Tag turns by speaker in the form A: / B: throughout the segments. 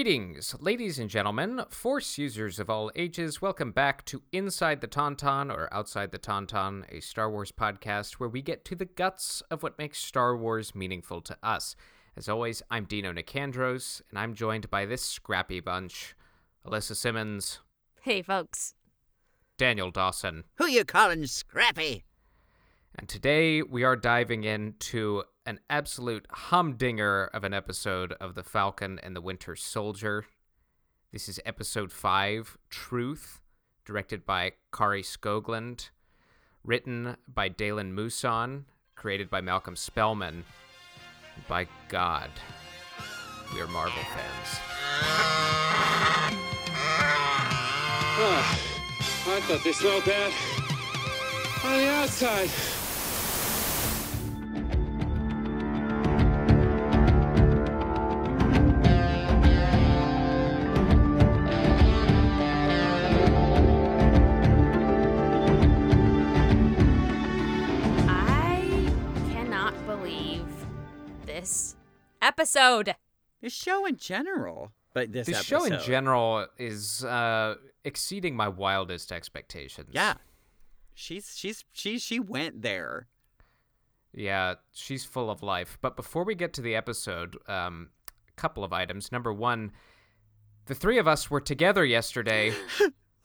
A: Greetings, ladies and gentlemen, Force users of all ages. Welcome back to Inside the Tauntaun or Outside the Tauntaun, a Star Wars podcast where we get to the guts of what makes Star Wars meaningful to us. As always, I'm Dino Nicandros, and I'm joined by this scrappy bunch Alyssa Simmons,
B: Hey, folks.
A: Daniel Dawson,
C: Who you callin' scrappy?
A: And today we are diving into an absolute humdinger of an episode of The Falcon and the Winter Soldier. This is episode 5, Truth, directed by Kari Skoglund, written by Dalen Muson, created by Malcolm Spellman. By God, we are Marvel fans.
D: Ah, I thought they smelled bad on the outside.
B: I cannot believe this episode.
C: The show in general, but this
A: This show in general is uh, exceeding my wildest expectations.
C: Yeah, she's she's she she went there.
A: Yeah, she's full of life. But before we get to the episode, um, a couple of items. Number one, the three of us were together yesterday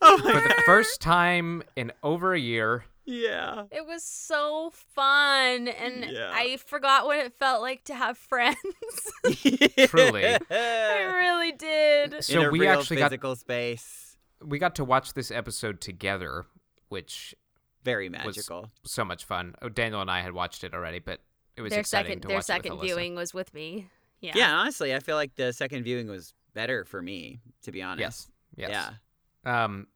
C: Oh
A: for the first time in over a year.
C: yeah.
B: It was so fun, and
C: Yeah.
B: I forgot what it felt like to have friends.
A: Truly.
B: I really did.
A: So
C: in a
A: we
C: real
A: actually got
C: physical space,
A: we got to watch this episode together, which
C: very
A: was
C: magical.
A: so much fun. Oh, Daniel and I had watched it already, but it was
B: Their
A: exciting
B: second,
A: to
B: their
A: watch it with
B: second
A: Alyssa.
B: viewing was with me. Yeah.
C: Yeah. honestly, I feel like the second viewing was better for me, to be honest.
A: Yes. Yes.
C: Yeah.
A: Um,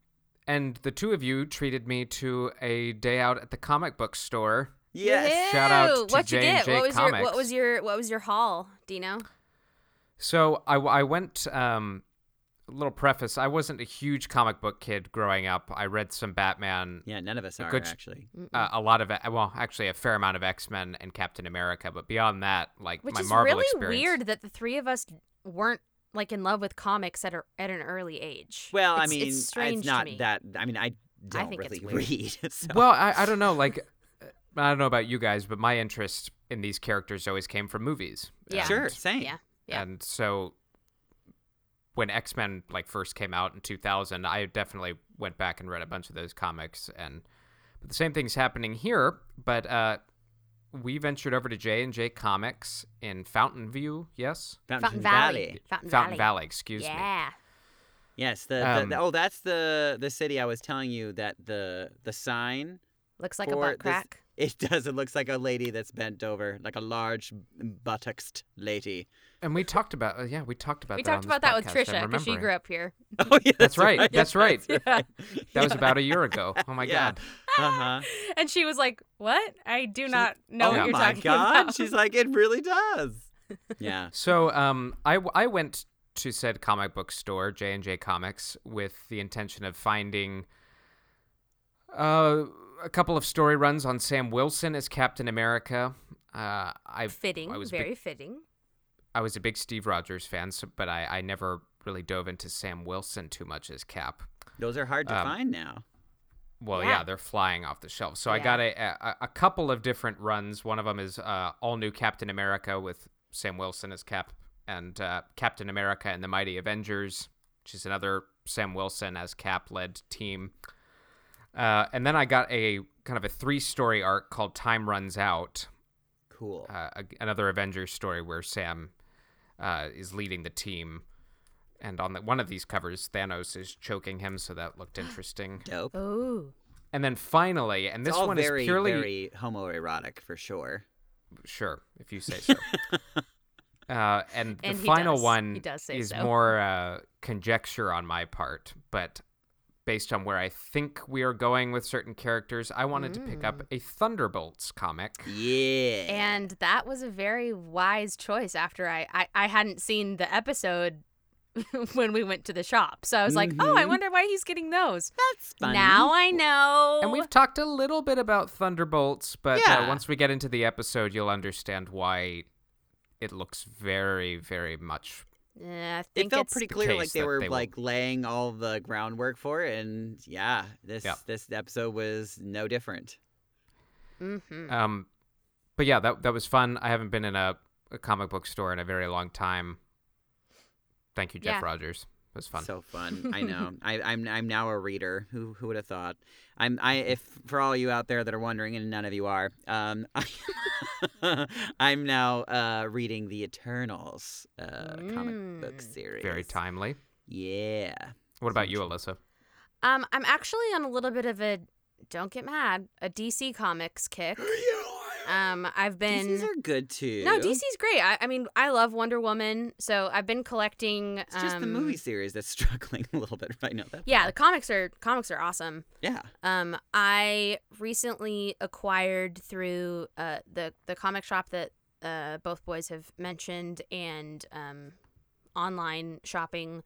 A: and the two of you treated me to a day out at the comic book store.
C: Yes.
A: Shout out
B: Woohoo!
A: to
B: what you get?
A: J&J
B: What was your what
A: Comics.
B: was your what was your haul, Dino?
A: So I, I went. Um, a little preface: I wasn't a huge comic book kid growing up. I read some Batman,
C: Yeah, none of us are
A: good sh-
C: actually.
A: uh, a lot of well, actually a fair amount of X Men and Captain America. But beyond that, like
B: Which
A: my
B: is
A: Marvel
B: really
A: experience,
B: weird that the three of us weren't like in love with comics at a, at an early age.
C: Well, I
B: It's-
C: mean,
B: it's strange to
C: not
B: me.
C: that. I mean, I don't
B: think it's
C: really
B: weird.
C: read. so-
A: Well, I, I don't know. Like I don't know about you guys, but my interest in these characters always came from movies.
B: Yeah.
A: And-
C: sure, same.
B: Yeah. Yeah.
A: And so when X Men like first came out in 2000, I definitely went back and read a bunch of those comics, and but the same thing's happening here. But uh, we ventured over to J and J Comics in Fountain View, yes,
B: Fountain Valley. Fountain,
A: Fountain
B: Valley.
A: Valley, excuse me.
B: yeah.
C: Yes, the, the-
A: Um,
C: the- oh, that's the the city I was telling you that the the sign
B: Looks like a
C: for
B: butt
C: this-
B: crack.
C: it does it looks like a lady that's bent over, like a large buttocks lady.
A: And we talked about uh, yeah, we talked about
B: We
A: that on
B: talked about
A: this
B: that with
A: podcast,
B: Trisha
A: I'm
B: because she
A: remembering.
B: grew up here.
C: Oh yeah,
A: That's right. That's right.
B: Yeah.
A: That was about a year ago. Oh my
C: Yeah.
A: god.
C: Uh huh.
B: And she was like, "What? I do not know
C: oh
B: what you're
C: my
B: talking
C: god,
B: about."
C: she's like, it really does. Yeah.
A: So um, I, w- I went to said comic book store, J and J Comics, with the intention of finding uh, a couple of story runs on Sam Wilson as Captain America. Uh, I
B: fitting,
A: I was
B: very
A: big,
B: fitting.
A: I was a big Steve Rogers fan, so, but I, I never really dove into Sam Wilson too much as Cap.
C: Those are hard to
A: Um,
C: find now.
A: Well, yeah.
B: Yeah.
A: they're flying off the shelves. So I
B: Yeah.
A: got a, a a couple of different runs. One of them is uh, all new Captain America with Sam Wilson as Cap, and uh, Captain America and the Mighty Avengers, which is another Sam Wilson as Cap led team. Uh, and then I got a kind of a three story arc called Time Runs Out,
C: Cool.
A: uh, a- another Avengers story where Sam uh, is leading the team. And on the, one of these covers, Thanos is choking him, so that looked interesting.
C: Dope.
B: Oh,
A: And then finally, and
C: It's
A: this
C: all
A: one
C: very
A: is purely
C: very homoerotic for sure.
A: sure if you say so. uh, and the
B: And he
A: final
B: does.
A: one
B: He does say
A: is
B: so.
A: more uh, conjecture on my part, but based on where I think we are going with certain characters, I wanted to pick up
B: Hmm.
A: a Thunderbolts comic.
C: Yeah.
B: and that was a very wise choice. After I, I, I hadn't seen the episode when we went to the shop, so I was like, "Oh, I
C: Mhm.
A: Mm-hmm.
B: wonder why he's getting those."
C: that's funny.
B: Now I know.
A: And we've talked a little bit about Thunderbolts, but uh,
C: Yeah.
A: once we get into the episode, you'll understand why it looks very, very much
B: Yeah, Eh, I think
C: It felt
B: it's-
C: pretty
A: the
C: clear like
A: case
C: they
A: that
C: were
A: they will-
C: like laying all the groundwork for it, and yeah, this
A: Yeah.
C: this episode was no different.
B: Mhm.
A: Um, but yeah, that that was fun. I haven't been in a, a comic book store in a very long time. Thank you, Jeff
B: Yeah.
A: Rogers. It was fun.
C: So fun. I know. I, I'm I'm now a reader. Who who would have thought? I'm I
A: Mm-hmm.
C: if for all you out there that are wondering, and none of you are, um, I, am now uh, reading the Eternals uh, comic book
B: Mm.
C: series.
A: very timely.
C: Yeah.
A: What about you, Alyssa?
B: Um, I'm actually on a little bit of a don't get mad a DC Comics kick. Um, I've been
C: DC's are good too.
B: no DC's great. I, I mean, I love Wonder Woman, so I've been collecting.
C: It's just the
B: um,
C: movie series that's struggling a little bit right now. That's
B: Yeah,
C: all.
B: the comics are comics are awesome.
C: Yeah.
B: Um, I recently acquired through uh, the the comic shop that uh, both boys have mentioned and um, online shopping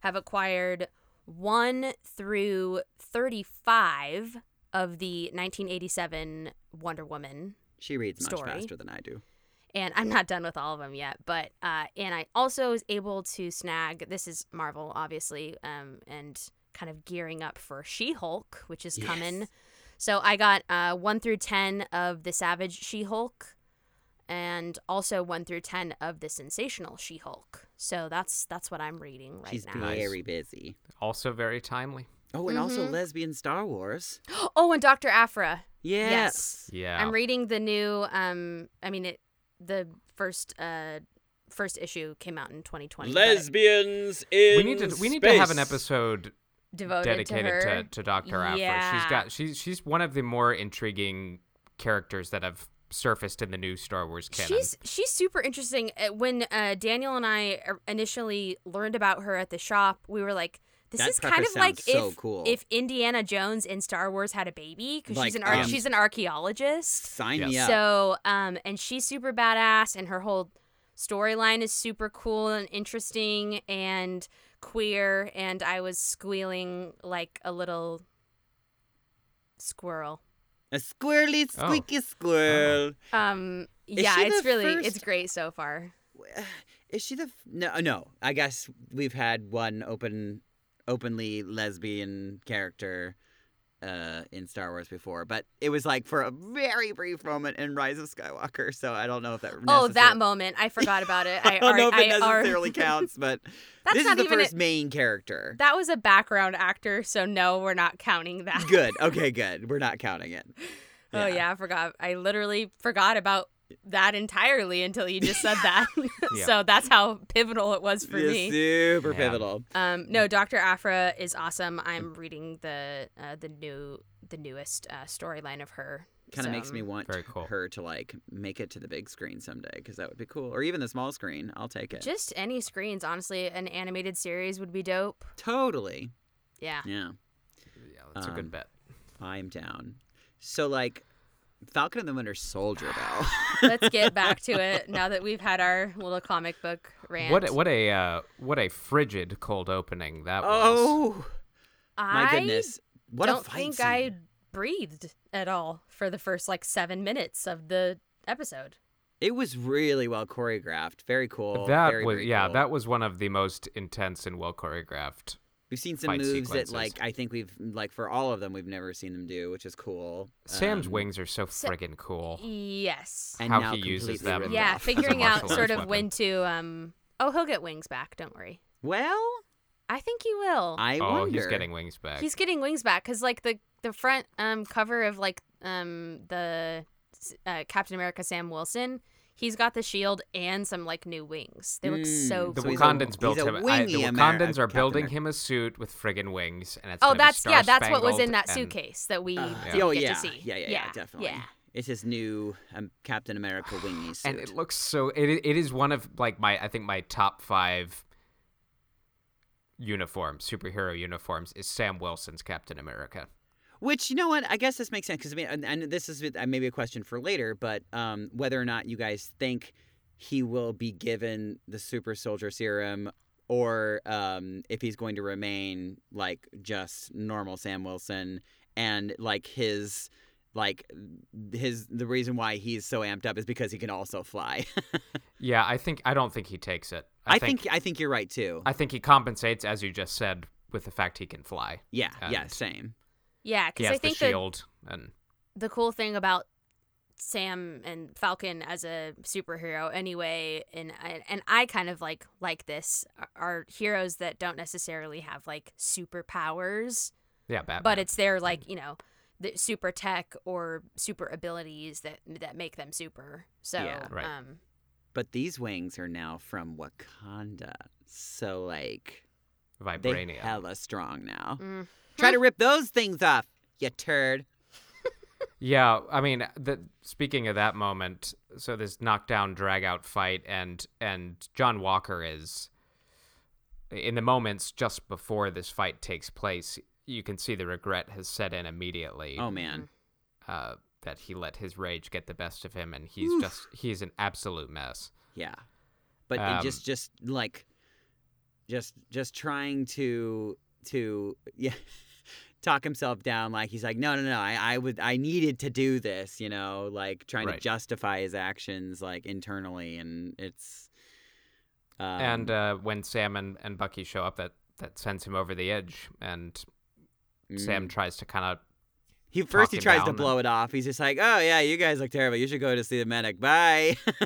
B: have acquired one through thirty five of the nineteen eighty seven Wonder Woman
C: She reads much
B: Story.
C: faster than I do.
B: and I'm not done with all of them yet. But uh, and I also was able to snag. This is Marvel, obviously, um, and kind of gearing up for She-Hulk, which is coming.
C: Yes.
B: So I got uh, one through ten of the Savage She-Hulk, and also one through ten of the Sensational She-Hulk. So that's that's what I'm reading right
C: She's
B: now.
C: very busy.
A: Also very timely.
C: Oh, and also
B: Mhm.
C: lesbian Star Wars.
B: Oh, and Doctor Afra.
C: Yes.
A: Yeah.
B: I'm reading the new. Um, I mean, it the first uh first issue came out in 2020. but
D: Lesbians in
A: we need to we need to have an
D: space.
A: episode
B: devoted
A: dedicated
B: to
A: to,
B: her.
A: to, Dr. Afra. She's
B: Yeah.
A: got she's she's one of the more intriguing characters that have surfaced in the new Star Wars canon.
B: She's she's super interesting. Uh, When uh, Daniel and I uh, initially learned about her at the shop, we were like, "This
C: That
B: is kind
C: prepper
B: of like
C: sounds so
B: if
C: cool.
B: if Indiana Jones in Star Wars had a baby because
C: Like,
B: she's an ar-
C: um,
B: she's an archaeologist.
C: Sign
A: Yes.
C: me up.
B: So um, and she's super badass, and her whole storyline is super cool and interesting and queer. And I was squealing like a little squirrel.
C: A squirrely
A: Oh. Uh-huh.
C: squeaky squirrel.
B: Um,
C: Is
B: yeah,
C: she
B: it's
C: the
B: really it's
C: first-
B: great so far.
C: Is she the f- no? uh, No, I guess we've had one open, openly lesbian character uh, in Star Wars before, but it was like for a very brief moment in Rise of Skywalker. So I don't know if that.
B: Oh, that
C: necessar-
B: moment! I forgot about it. I,
C: I don't know if
B: alre-
C: it
B: I alre-
C: necessarily counts, but
B: That's
C: this is
B: not
C: the
B: even
C: first
B: it.
C: main character.
B: That was a background actor, so no, we're not counting that.
C: Good. Okay. Good. We're not counting it.
B: Oh yeah, I forgot. I literally forgot about that entirely until you just said that.
A: Yeah.
B: so that's how pivotal it was for
C: It's
B: me.
C: super
A: Yeah.
C: pivotal.
B: Um, no, Doctor Afra is awesome. I'm reading the uh, the new the newest uh, storyline of her.
C: Kind of
B: so,
C: makes me
B: um,
C: want
A: very cool.
C: her to like make it to the big screen someday because that would be cool, or even the small screen. I'll take it.
B: Just any screens, honestly. An animated series would be dope.
C: Totally.
B: Yeah.
C: Yeah,
A: yeah, that's a
C: um,
A: good bet.
C: I'm down. So like, Falcon and the Winter Soldier, though.
B: Let's get back to it now that we've had our little comic book rant.
A: What a- what a uh, what a frigid cold opening that was.
C: oh my
B: I
C: goodness! What
B: don't
C: a fight
B: think
C: scene.
B: I breathed at all for the first like seven minutes of the episode.
C: It was really well choreographed. Very cool.
A: that
C: very,
A: was
C: very
A: yeah,
C: cool.
A: that was one of the most intense and well choreographed.
C: We've seen some
A: fight
C: moves
A: sequences.
C: that like I think we've like for all of them we've never seen them do, which is cool.
A: Sam's
C: Um,
A: wings are so
B: Sa-
A: friggin' cool.
B: Yes.
C: and
A: how
C: now
A: he uses
C: completely
A: them.
C: ripped
B: Yeah,
C: off.
B: figuring
A: martial
B: out
A: arts
B: sort of
A: weapon.
B: when to um oh he'll get wings back, don't worry.
C: Well,
B: I think he will.
C: I
A: oh,
C: wonder.
A: he's getting wings back.
B: He's getting wings back cuz like the the front um cover of like um the uh, Captain America Sam Wilson, he's got the shield and some like new wings. They look so
A: the
C: Mm,
B: cool.
C: so he's a- he's
A: Wakandans built
C: a
A: him. I, the
C: wingy
A: Wakandans
C: Ameri-
A: are
C: Captain
A: building
C: America.
A: him a suit with friggin' wings, and it's
B: Oh,
A: gonna be
B: that's yeah, that's what was
A: star-spangled
B: in that
A: and-
B: suitcase that we
A: Uh-huh.
C: Uh,
B: didn't
C: Oh
B: get
C: yeah.
B: to see.
C: yeah, yeah, yeah, definitely.
B: Yeah.
C: It's his new um, Captain America wingy suit.
A: and it looks so it i- it is one of like my i think my top five uniforms superhero uniforms is sam wilson's captain america
C: Which you know what? I guess this makes sense because I mean, and, and this is uh, maybe a question for later, but um, whether or not you guys think he will be given the super soldier serum, or um, if he's going to remain like just normal Sam Wilson, and like his like his the reason why he's so amped up is because he can also fly.
A: Yeah, I think I don't think he takes it.
C: I, think, I think you're right too.
A: I think he compensates, as you just said, with the fact he can fly.
C: yeah, yeah,
A: and-
C: same.
B: Yeah,
A: He
B: because
A: has
B: I think
A: the
B: the,
A: shield, and
B: the cool thing about Sam and Falcon as a superhero, anyway, and I, and I kind of like like this are- are heroes that don't necessarily have like superpowers,
A: yeah, Batman.
B: but it's their like you know the super tech or super abilities that that make them super. So
C: Yeah.
A: Right.
B: um,
C: But these wings are now from Wakanda, so like they
A: vibranium.
C: hella strong now.
B: mm.
C: Try to rip those things off, you turd.
A: Yeah, I mean, the, speaking of that moment, so this knockdown, drag out fight, and and John Walker is in the moments just before this fight takes place. You can see the regret has set in immediately
C: Oh man,
A: uh, that he let his rage get the best of him, and he's
C: Oof.
A: just he's an absolute mess.
C: yeah. But it
A: Um,
C: just, just like, just, just trying to, to, yeah, talk himself down. Like he's like, no, no, no. I, I would, I needed to do this. You know, like trying to
A: Right.
C: justify his actions, like internally, and it's. Um,
A: and uh, when Sam and, and Bucky show up, that that sends him over the edge, and
C: um, Mm.
A: Sam tries to kind of
C: He first he
A: talking
C: tries to
A: down
C: blow it off. He's just like, "Oh yeah, you guys look terrible. You should go to see the medic. Bye."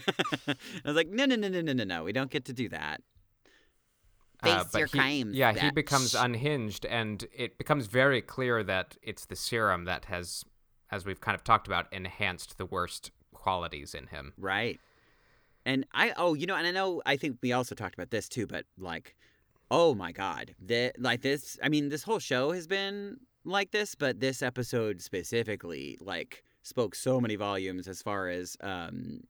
C: I was like, "No, no, no, no, no, no, no. We don't get to do that."
A: uh,
C: Face
A: but
C: your
A: he-
C: crimes,
A: Yeah, he
C: bitch.
A: becomes unhinged, and it becomes very clear that it's the serum that has, as we've kind of talked about, enhanced the worst qualities in him.
C: Right. And I oh, you know, and I know I think we also talked about this too, but like oh my god. The, like this I mean, this whole show has been like this, but this episode specifically like spoke so many volumes as far as um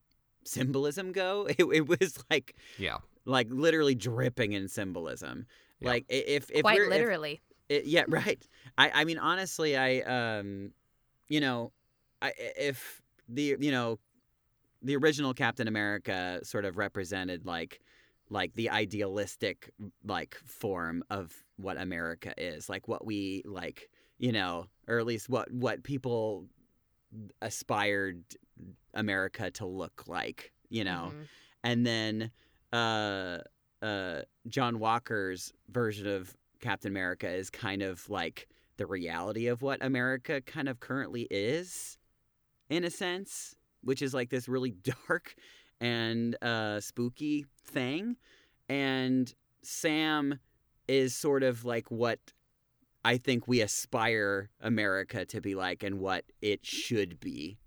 C: symbolism go. It, it was like
A: Yeah,
C: like literally dripping in symbolism.
A: Yeah.
C: Like i- if if
B: quite
C: we're, if-
B: literally.
C: it, yeah, right. I, I mean, honestly, I, um, you know, I, if the, you know, the original Captain America sort of represented like, like the idealistic like form of what America is, like what we like, you know, or at least what what people aspired America to look like, you know
B: Mhm.
C: and then uh uh John Walker's version of Captain America is kind of like the reality of what America kind of currently is in a sense which is like this really dark and uh spooky thing and Sam is sort of like what I think we aspire America to be like and what it should be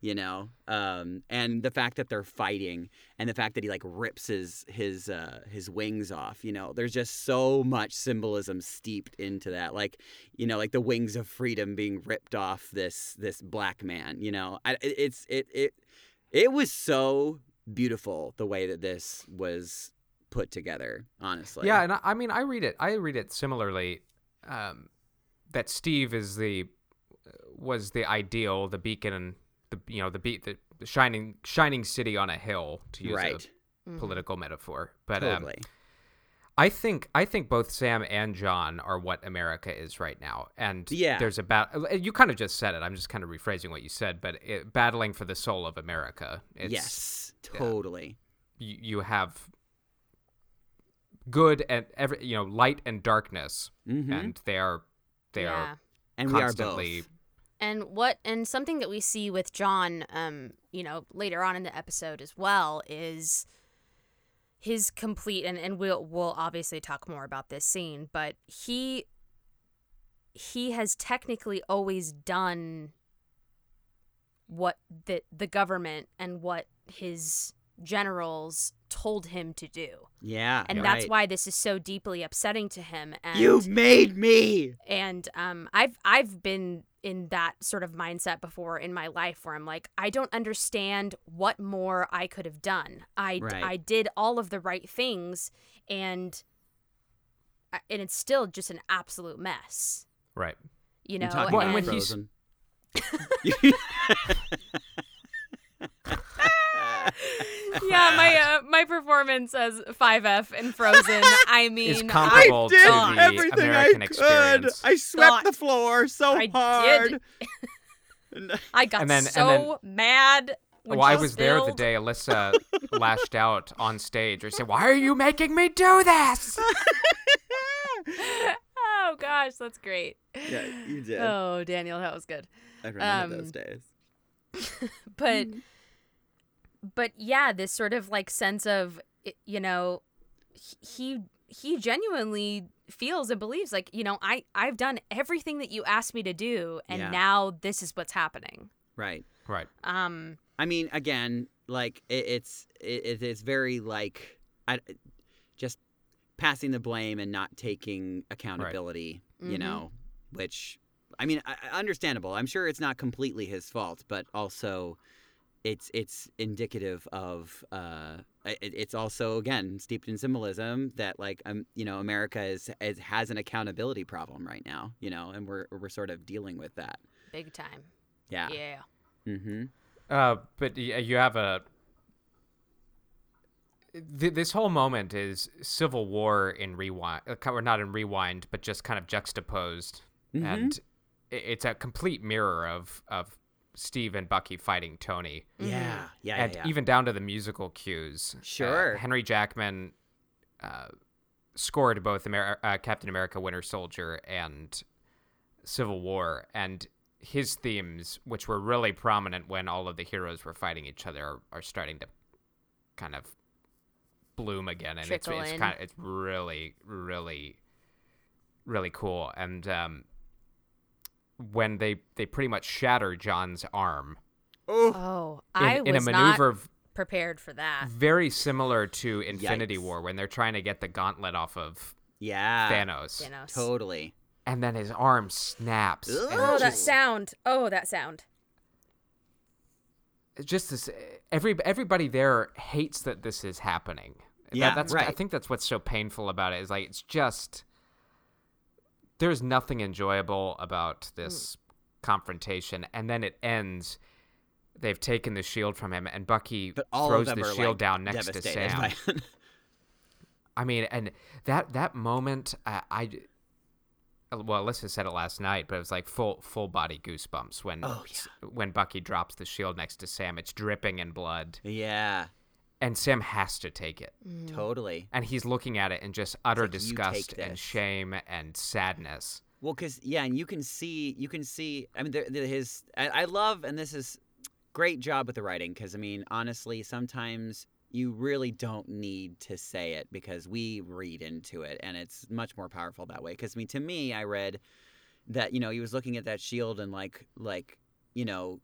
C: you know um and the fact that they're fighting and the fact that he like rips his his uh his wings off you know there's just so much symbolism steeped into that like you know like the wings of freedom being ripped off this this black man you know I, it- it's it it it was so beautiful the way that this was put together honestly
A: yeah, and I, I mean, I read it. I read it similarly. Um, that Steve is the was the ideal, the beacon, the you know the beat the, the shining shining city on a hill to use
C: right
B: Mm-hmm.
A: a political metaphor. But um,
C: Mm-hmm. totally
A: I think I think both Sam and John are what America is right now, and
C: Yeah.
A: there's a battle. You kind of just said it. I'm just kind of rephrasing what you said, but it, battling for the soul of America. It's,
C: yes totally
A: you, you have good and every you know light and darkness,
C: hmm and,
A: and they are they
B: yeah.
A: are
C: we are
A: constantly
C: both
B: And what and something that we see with John, um, you know, later on in the episode as well is his complete and, and we'll we'll obviously talk more about this scene, but he he has technically always done what the the government and what his generals told him to do.
C: yeah
B: And that's why this is so deeply upsetting to him and
C: you made me
B: and um, I've I've been in that sort of mindset before in my life where I'm like, I don't understand what more I could have done. I
C: Right.
B: I did all of the right things, and I- and it's still just an absolute mess,
A: right.
B: you know.
A: about Well, and
B: and-
A: when he's-
B: yeah, my uh, my performance as Five F and Frozen. I mean,
A: Is
B: I-
A: comparable to
B: God.
A: the everything I American could. experience.
C: I
B: swept
C: swept
B: the
C: the floor so
B: I did.
C: hard.
E: I got
A: And then- and
E: so mad. When
A: Well, I
E: she
A: was there the
E: spilled.
A: day Alyssa lashed out on stage or said, Why are you making me do this?
E: oh gosh, that's great.
C: Yeah, you did.
E: Oh, Daniel, that was good.
C: I remember
E: Um,
C: those days.
E: But
B: Mm-hmm. but yeah, this sort of like sense of i- you know, h- he he genuinely feels and believes like you know I I've done everything that you asked me to do, and
C: Yeah.
B: now this is what's happening.
C: Right.
A: Right.
B: Um,
C: I mean, again, like it, it's it, it's very like I, just passing the blame and not taking accountability. You
B: Mhm.
C: know, which I mean, I, I- understandable. I'm sure it's not completely his fault, but also it's it's indicative of. Uh, it, it's also again steeped in symbolism that like um you know America is, is has an accountability problem right now you know and we're we're sort of dealing with that
B: big time.
C: yeah,
B: yeah.
C: mm-hmm
A: Uh, but y- you have a. Th- this whole moment is Civil War in rewind, uh, ki- or not in rewind, but just kind of juxtaposed,
C: Mhm.
A: and i- it's a complete mirror of of Steve and Bucky fighting Tony,
C: yeah yeah yeah,
A: and
C: yeah.
A: even down to the musical cues. Uh,
C: Sure.
A: Henry Jackman uh, scored both Amer- uh, Captain America: Winter Soldier and Civil War, and his themes, which were really prominent when all of the heroes were fighting each other, are, are starting to kind of bloom again, and
B: Trickle
A: it's it's
B: in.
A: kind of it's really really really cool. And um, when they they pretty much shatter John's arm
C: oh
B: Oh,
A: in,
B: I
A: in a
B: was
A: maneuver.
B: not
A: v-
B: prepared for that.
A: very similar to Infinity
C: Yikes. Ah.
A: War when they're trying to get the gauntlet off of
C: yeah
A: Thanos,
B: You know.
C: Totally.
A: and then his arm snaps. and
C: Ugh.
E: oh,
A: it's
E: that
A: just-
E: sound. Oh, that sound.
A: it's just this. Every everybody there hates that this is happening. That-
C: Yeah,
A: that's I
C: right.
A: think that's what's so painful about it is like it's just there's nothing enjoyable about this confrontation, and then it ends. They've taken the shield from him, and Bucky
C: But all
A: throws
C: of them
A: the
C: are
A: shield
C: like,
A: down next to
C: devastated
A: Sam.
C: by it.
A: I mean, and that that moment, uh, I well, Alyssa said it last night, but it was like full full body goosebumps when
C: Oh,
A: s- when Bucky drops the shield next to Sam. It's dripping in blood,
C: yeah,
A: and Sam has to take it,
B: Mm.
C: totally.
A: and he's looking at it in just utter
C: like, "You take
A: disgust and
C: this."
A: shame and sadness.
C: Well, because yeah, and you can see, you can see. I mean, there, there, his. I, I love, and this is great job with the writing. Because I mean, honestly, sometimes you really don't need to say it because we read into it, and it's much more powerful that way. Because I mean, to me, I read that you know he was looking at that shield and like like you know.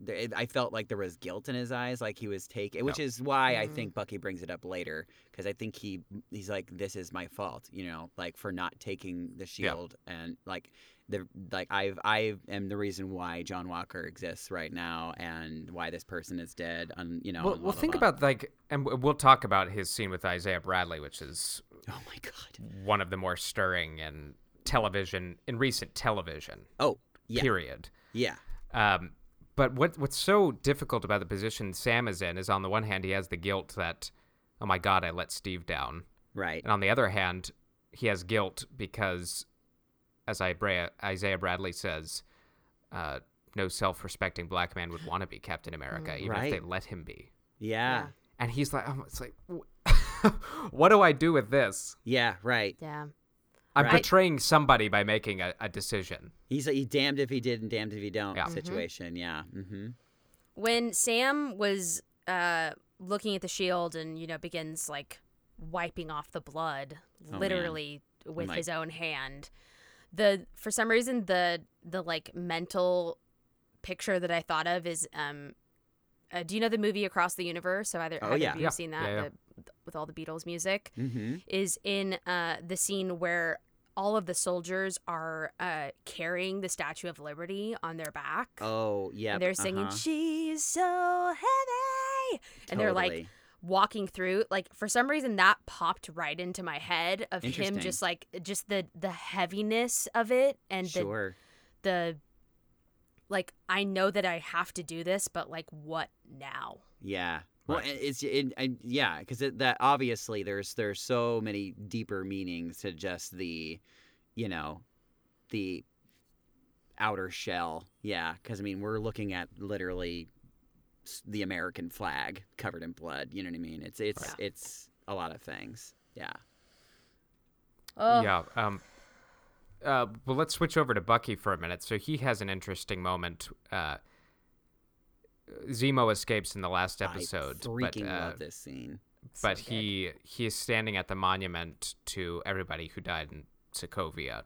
C: there- it- I felt like there was guilt in his eyes, like he was taking, which is why I
B: Mhm.
C: think Bucky brings it up later, because I think he he's like, "This is my fault," you know, like for not taking the shield and like the like I've I am the reason why John Walker exists right now and why this person is dead. And you know,
A: well,
C: and
A: well,
C: blah, blah,
A: think
C: blah.
A: about like, and w- we'll talk about his scene with Isaiah Bradley, which is
C: Oh my god.
A: one of the more stirring in television in recent television
C: Oh yeah,
A: period.
C: yeah,
A: Um, but what what's so difficult about the position Sam is in is on the one hand he has the guilt that oh my god I let Steve down,
C: right,
A: and on the other hand he has guilt because as Ibra- Isaiah Bradley says, uh, no self-respecting black man would want to be Captain America even if they
C: Mm, Right.
A: let him be.
C: yeah,
A: And he's like, oh, it's like, wh- what do I do with this?
C: yeah, right.
B: Yeah.
A: I'm
C: Right.
A: betraying somebody by making a, a decision.
C: He's like, he damned if he did and damned if he don't
A: Yeah. Mhm.
C: situation. Yeah. Mm-hmm.
B: When Sam was uh looking at the shield and you know begins like wiping off the blood
C: Oh, man.
B: literally with
C: like-
B: his own hand. The for some reason the the like mental picture that I thought of is um uh, do you know the movie Across the Universe? So either,
C: Oh,
B: either
C: yeah.
B: of you
A: Yeah.
B: have seen that
A: Yeah, yeah.
B: The, with all the Beatles music.
C: Mm-hmm.
B: is in uh, the scene where all of the soldiers are uh, carrying the Statue of Liberty on their back.
C: Oh yeah.
B: and they're singing,
A: uh-huh.
B: She's so heavy.
C: Uh-huh.
B: And they're like walking through. Like, for some reason, that popped right into my head of him
C: Interesting.
B: just like, just the, the heaviness of it and the,
C: sure.
B: the, like, I know that I have to do this, but like, what now?
C: Yeah. Well,
A: Right.
C: and it's it, and yeah, because that obviously there's there's so many deeper meanings to just the, you know, the outer shell. Yeah, because I mean, we're looking at literally s- the American flag covered in blood. You know what I mean? It's it's
B: Right.
C: it's a lot of things. Yeah.
E: Oh,
A: Yeah. Um, uh, well, let's switch over to Bucky for a minute. So he has an interesting moment. Uh, Zemo escapes in the last episode,
C: I freaking
A: but, uh,
C: love this scene.
E: so
A: but
E: good.
A: he he is standing at the monument to everybody who died in Sokovia,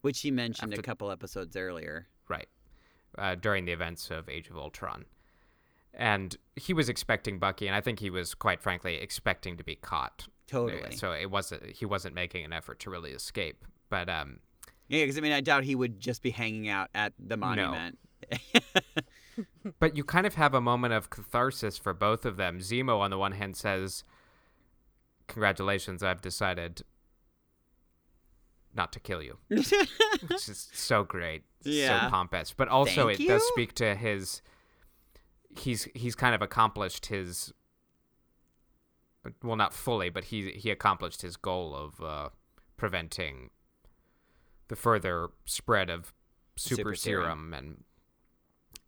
C: Which he mentioned
A: after-
C: a couple episodes earlier.
A: right, uh, during the events of Age of Ultron. And he was expecting Bucky, and I think he was quite frankly expecting to be caught.
C: Totally.
A: So it wasn't he wasn't making an effort to really escape. But um,
C: Yeah, because I mean, I doubt he would just be hanging out at the monument.
A: But you kind of have a moment of catharsis for both of them. Zemo, on the one hand, says, Congratulations, I've decided not to kill you. Which is so great.
C: Yeah.
A: So pompous. But also,
C: Thank
A: it does
C: you.
A: speak to his. He's he's kind of accomplished his. Well, not fully, but he he accomplished his goal of uh, preventing the further spread of super,
C: Super serum.
A: serum and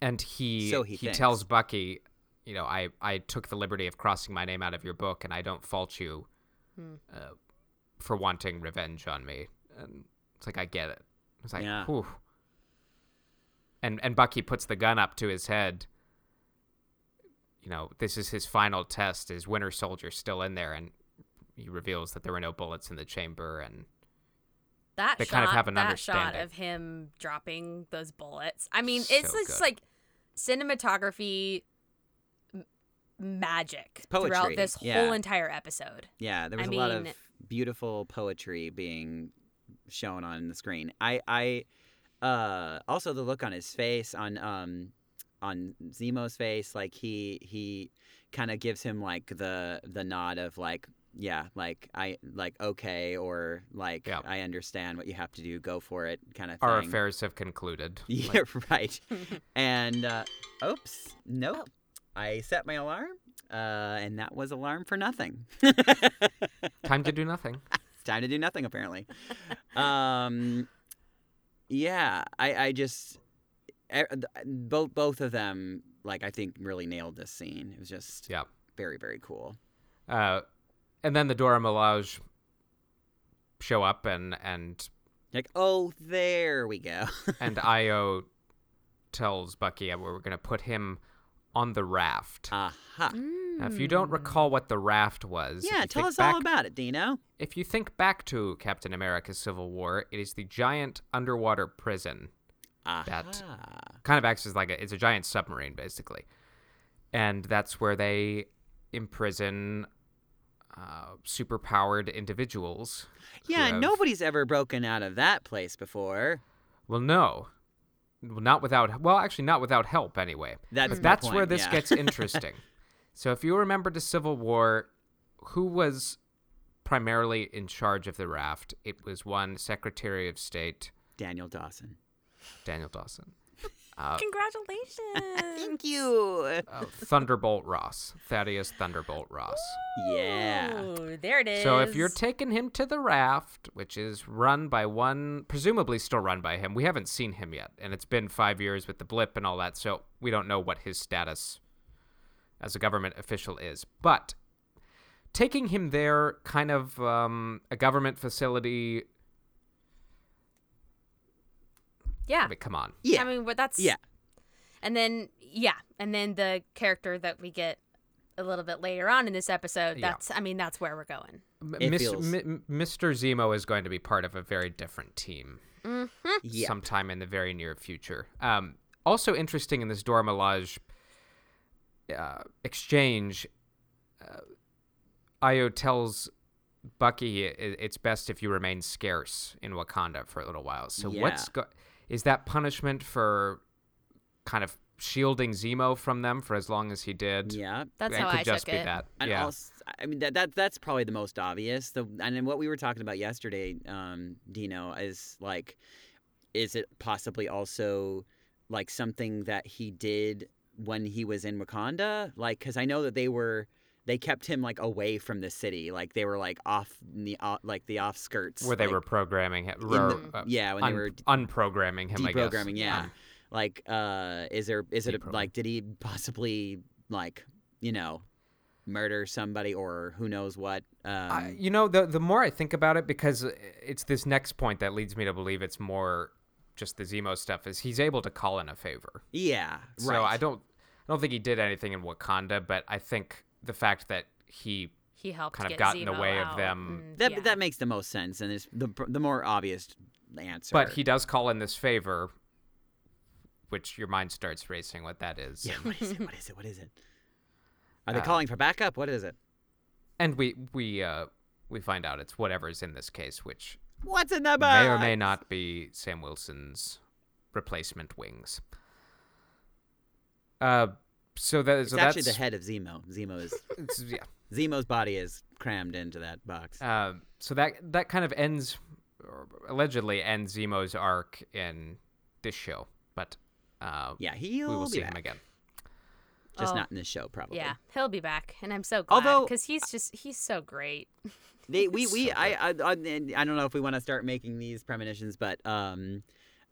A: and he
C: So he
A: he,
C: thinks.
A: tells Bucky, you know, I I took the liberty of crossing my name out of your book, and I don't fault you
B: Hmm.
A: uh, for wanting revenge on me. And it's like I get it. It's like,
C: Yeah.
A: whew. And and Bucky puts the gun up to his head. You know, this is his final test. Is Winter Soldier still in there? And he reveals that there were no bullets in the chamber, and
E: that
A: They
E: shot,
A: kind of have an
E: that shot
A: understanding.
E: of him dropping those bullets. I mean,
A: So
E: it's just
A: good.
E: like cinematography m- magic
C: poetry,
E: throughout this
C: yeah.
E: whole entire episode.
C: Yeah, there
E: I
C: was a lot of
E: mean-
C: beautiful poetry being shown on the screen. I, I, uh, also the look on his face on, um, on Zemo's face, like he, he kind of gives him like the, the nod of like, yeah, like I, like okay, or like
A: Yeah.
C: I understand what you have to do, go for it, kind of thing.
A: our affairs have concluded.
C: Yeah,
A: Like,
C: right. and uh, oops, nope.
E: Oh.
C: I set my alarm, uh, and that was alarm for nothing.
A: time to do nothing.
C: it's time to do nothing apparently um yeah i i just e- both both of them like i think really nailed this scene it was just
A: Yeah.
C: very very cool
A: Uh, and then the Dora Milaje show up, and and
C: like oh there we go
A: and Io tells Bucky uh, we're going to put him on the raft.
C: aha
A: Mm, Now,
E: Mm.
A: if you don't recall what the raft was, if
C: Hmm. yeah
A: you
C: tell
A: think
C: us
A: back,
C: all about it dino
A: If you think back to Captain America: Civil War, it is the giant underwater prison
C: aha
A: kind of acts as like a it's a giant submarine basically, and that's where they imprison uh, superpowered individuals. who
C: yeah
A: have-
C: nobody's ever broken out of that place before
A: Well, no, Well, not without. Well, actually, not without help anyway.
C: that's
A: But
C: my
A: that's where
C: point,
A: this
C: yeah.
A: gets interesting. so if you remember the Civil War, who was primarily in charge of the raft? It was one Secretary of State,
C: daniel dawson
A: Daniel Dawson. Uh,
E: Congratulations.
C: thank you
A: uh, Thunderbolt Ross, Thaddeus Thunderbolt Ross.
C: yeah
E: Ooh, there it is.
A: So if you're taking him to the raft, which is run by one, presumably still run by him, we haven't seen him yet, and it's been five years with the blip and all that, so we don't know what his status as a government official is. But taking him there, kind of um, a government facility.
E: yeah.
C: Ah.
A: I mean, come on,
C: yeah
E: I mean, but that's
C: yeah
E: And then yeah, and then the character that we get a little bit later on in this episode.
A: Yeah.
E: That's I mean that's where we're going.
A: M-
C: It
A: Mis-
C: feels-
A: M- Mr. Zemo is going to be part of a very different team.
E: Mm-hmm.
C: yeah
A: sometime in the very near future. Um, also interesting in this Dora Milaje uh, exchange, uh, Io tells Bucky i it's best if you remain scarce in Wakanda for a little while. So what's go- is that punishment for kind of shielding Zemo from them for as long as he did?
C: yeah
E: That's
A: It
E: how
A: could
E: I
A: just
E: took
A: be
E: it.
A: that.
C: And
A: yeah.
C: also, I mean that that that's probably the most obvious. The and then what we were talking about yesterday, um, Dino, is like, is it possibly also like something that he did when he was in Wakanda? Like, because I know that they were they kept him like away from the city. Like they were like off the uh, like the off skirts
A: where they
C: like,
A: were programming him.
C: in the-
A: or, uh,
C: yeah when
A: un-
C: they were
A: unprogramming him. I
C: deprogramming
A: guess.
C: yeah like uh is there is it a,
A: Deprogram.
C: like did he possibly like you know murder somebody or who knows what um
A: I- you know, the the more I think about it, because it's this next point that leads me to believe it's more just the Zemo stuff. Is he's able to call in a favor?
C: yeah
A: So
C: right
A: I don't I don't think he did anything in Wakanda, but I think the fact that he
B: He helped
A: Kind of
B: get
A: got in the
B: Zemo
A: way of
B: out,
A: them-
E: Mm,
B: and-
C: that
B: yeah.
C: that makes the most sense and it's the the more obvious answer
A: but he does call in this favor, which your mind starts racing what that is.
C: yeah what is it what is it what is it are they
A: Uh,
C: calling for backup what is it
A: And we we uh we find out it's whatever's in this case, which
C: what's in the box
A: may or may not be Sam Wilson's replacement wings. Uh so that
C: it's
A: so
C: actually the
A: that's
C: head of Zemo Zemo is
A: it's- yeah.
C: Zemo's body is crammed into that box
A: Um, so that that kind of ends, or allegedly ends Zemo's arc in this show, but uh,
C: yeah he'll
A: we will
C: be
A: see him
C: back.
A: again.
C: just
B: Oh.
C: not in this show probably
B: Yeah, he'll be back, and I'm so glad
C: Although-
B: because he's just he's so great.
C: They we
A: It's
C: we
A: so
C: I, I I and I don't know if we want to start making these premonitions, but um,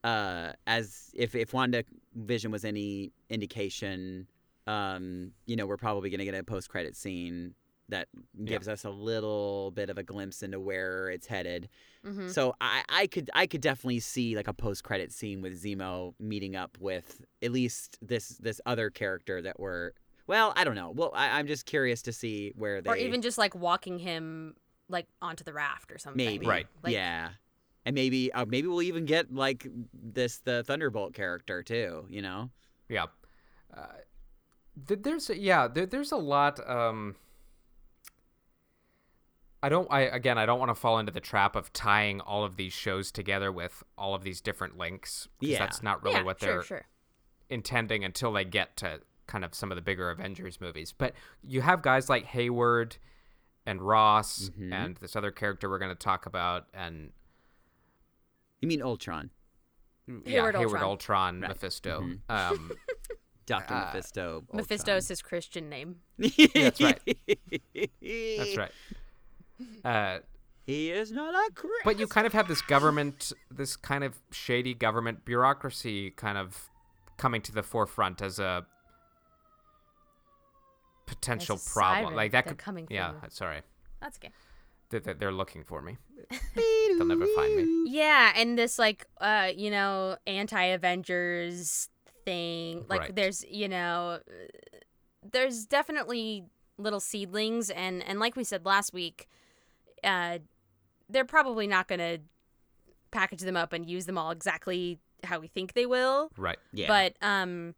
C: uh, as if if Wanda Vision was any indication, um, you know, we're probably gonna get a post credit scene that gives us a little bit of a glimpse into where it's headed.
B: Mm-hmm.
C: So I I could I could definitely see like a post credit scene with Zemo meeting up with at least this this other character that we're. Well, I don't know. Well, I, I'm just curious to see where they
B: Or even just like walking him like onto the raft or something.
C: maybe
A: Right.
B: Like-
C: yeah and maybe uh, maybe we'll even get like this the thunderbolt character too you know
A: Yeah, uh, th- there's yeah there, there's a lot. Um, I don't. I again, I don't want to fall into the trap of tying all of these shows together with all of these different links. 'cause
C: Yeah.
A: that's not really
B: yeah,
A: what
B: sure,
A: they're
B: sure.
A: intending until they get to kind of some of the bigger Avengers movies. But you have guys like Hayward and Ross
C: Mhm.
A: and this other character we're going to talk about and
C: you mean ultron
A: yeah,
B: Mm, Hayward
A: Hayward
B: Ultron.
A: Ultron,
C: Right.
A: Mephisto.
C: Mhm.
A: Um,
C: dr
A: Uh,
C: mephisto ultron.
B: Mephisto is his Christian name.
A: that's right.
C: that's
A: that's right. Uh,
C: he is not a creep
A: but you kind of have this government, this kind of shady government bureaucracy kind of coming to the forefront as a potential
B: There's a
A: problem.
B: siren.
A: Like that
B: They're
A: could
B: coming for
A: Yeah,
B: you.
A: sorry.
B: That's okay.
A: They're, they're looking for me. They'll never find me.
B: Yeah, and this like uh, you know, anti Avengers thing. Like
A: Right.
B: there's you know uh, there's definitely little seedlings and and like we said last week, uh they're probably not gonna package them up and use them all exactly how we think they will.
A: Right.
C: yeah
B: but um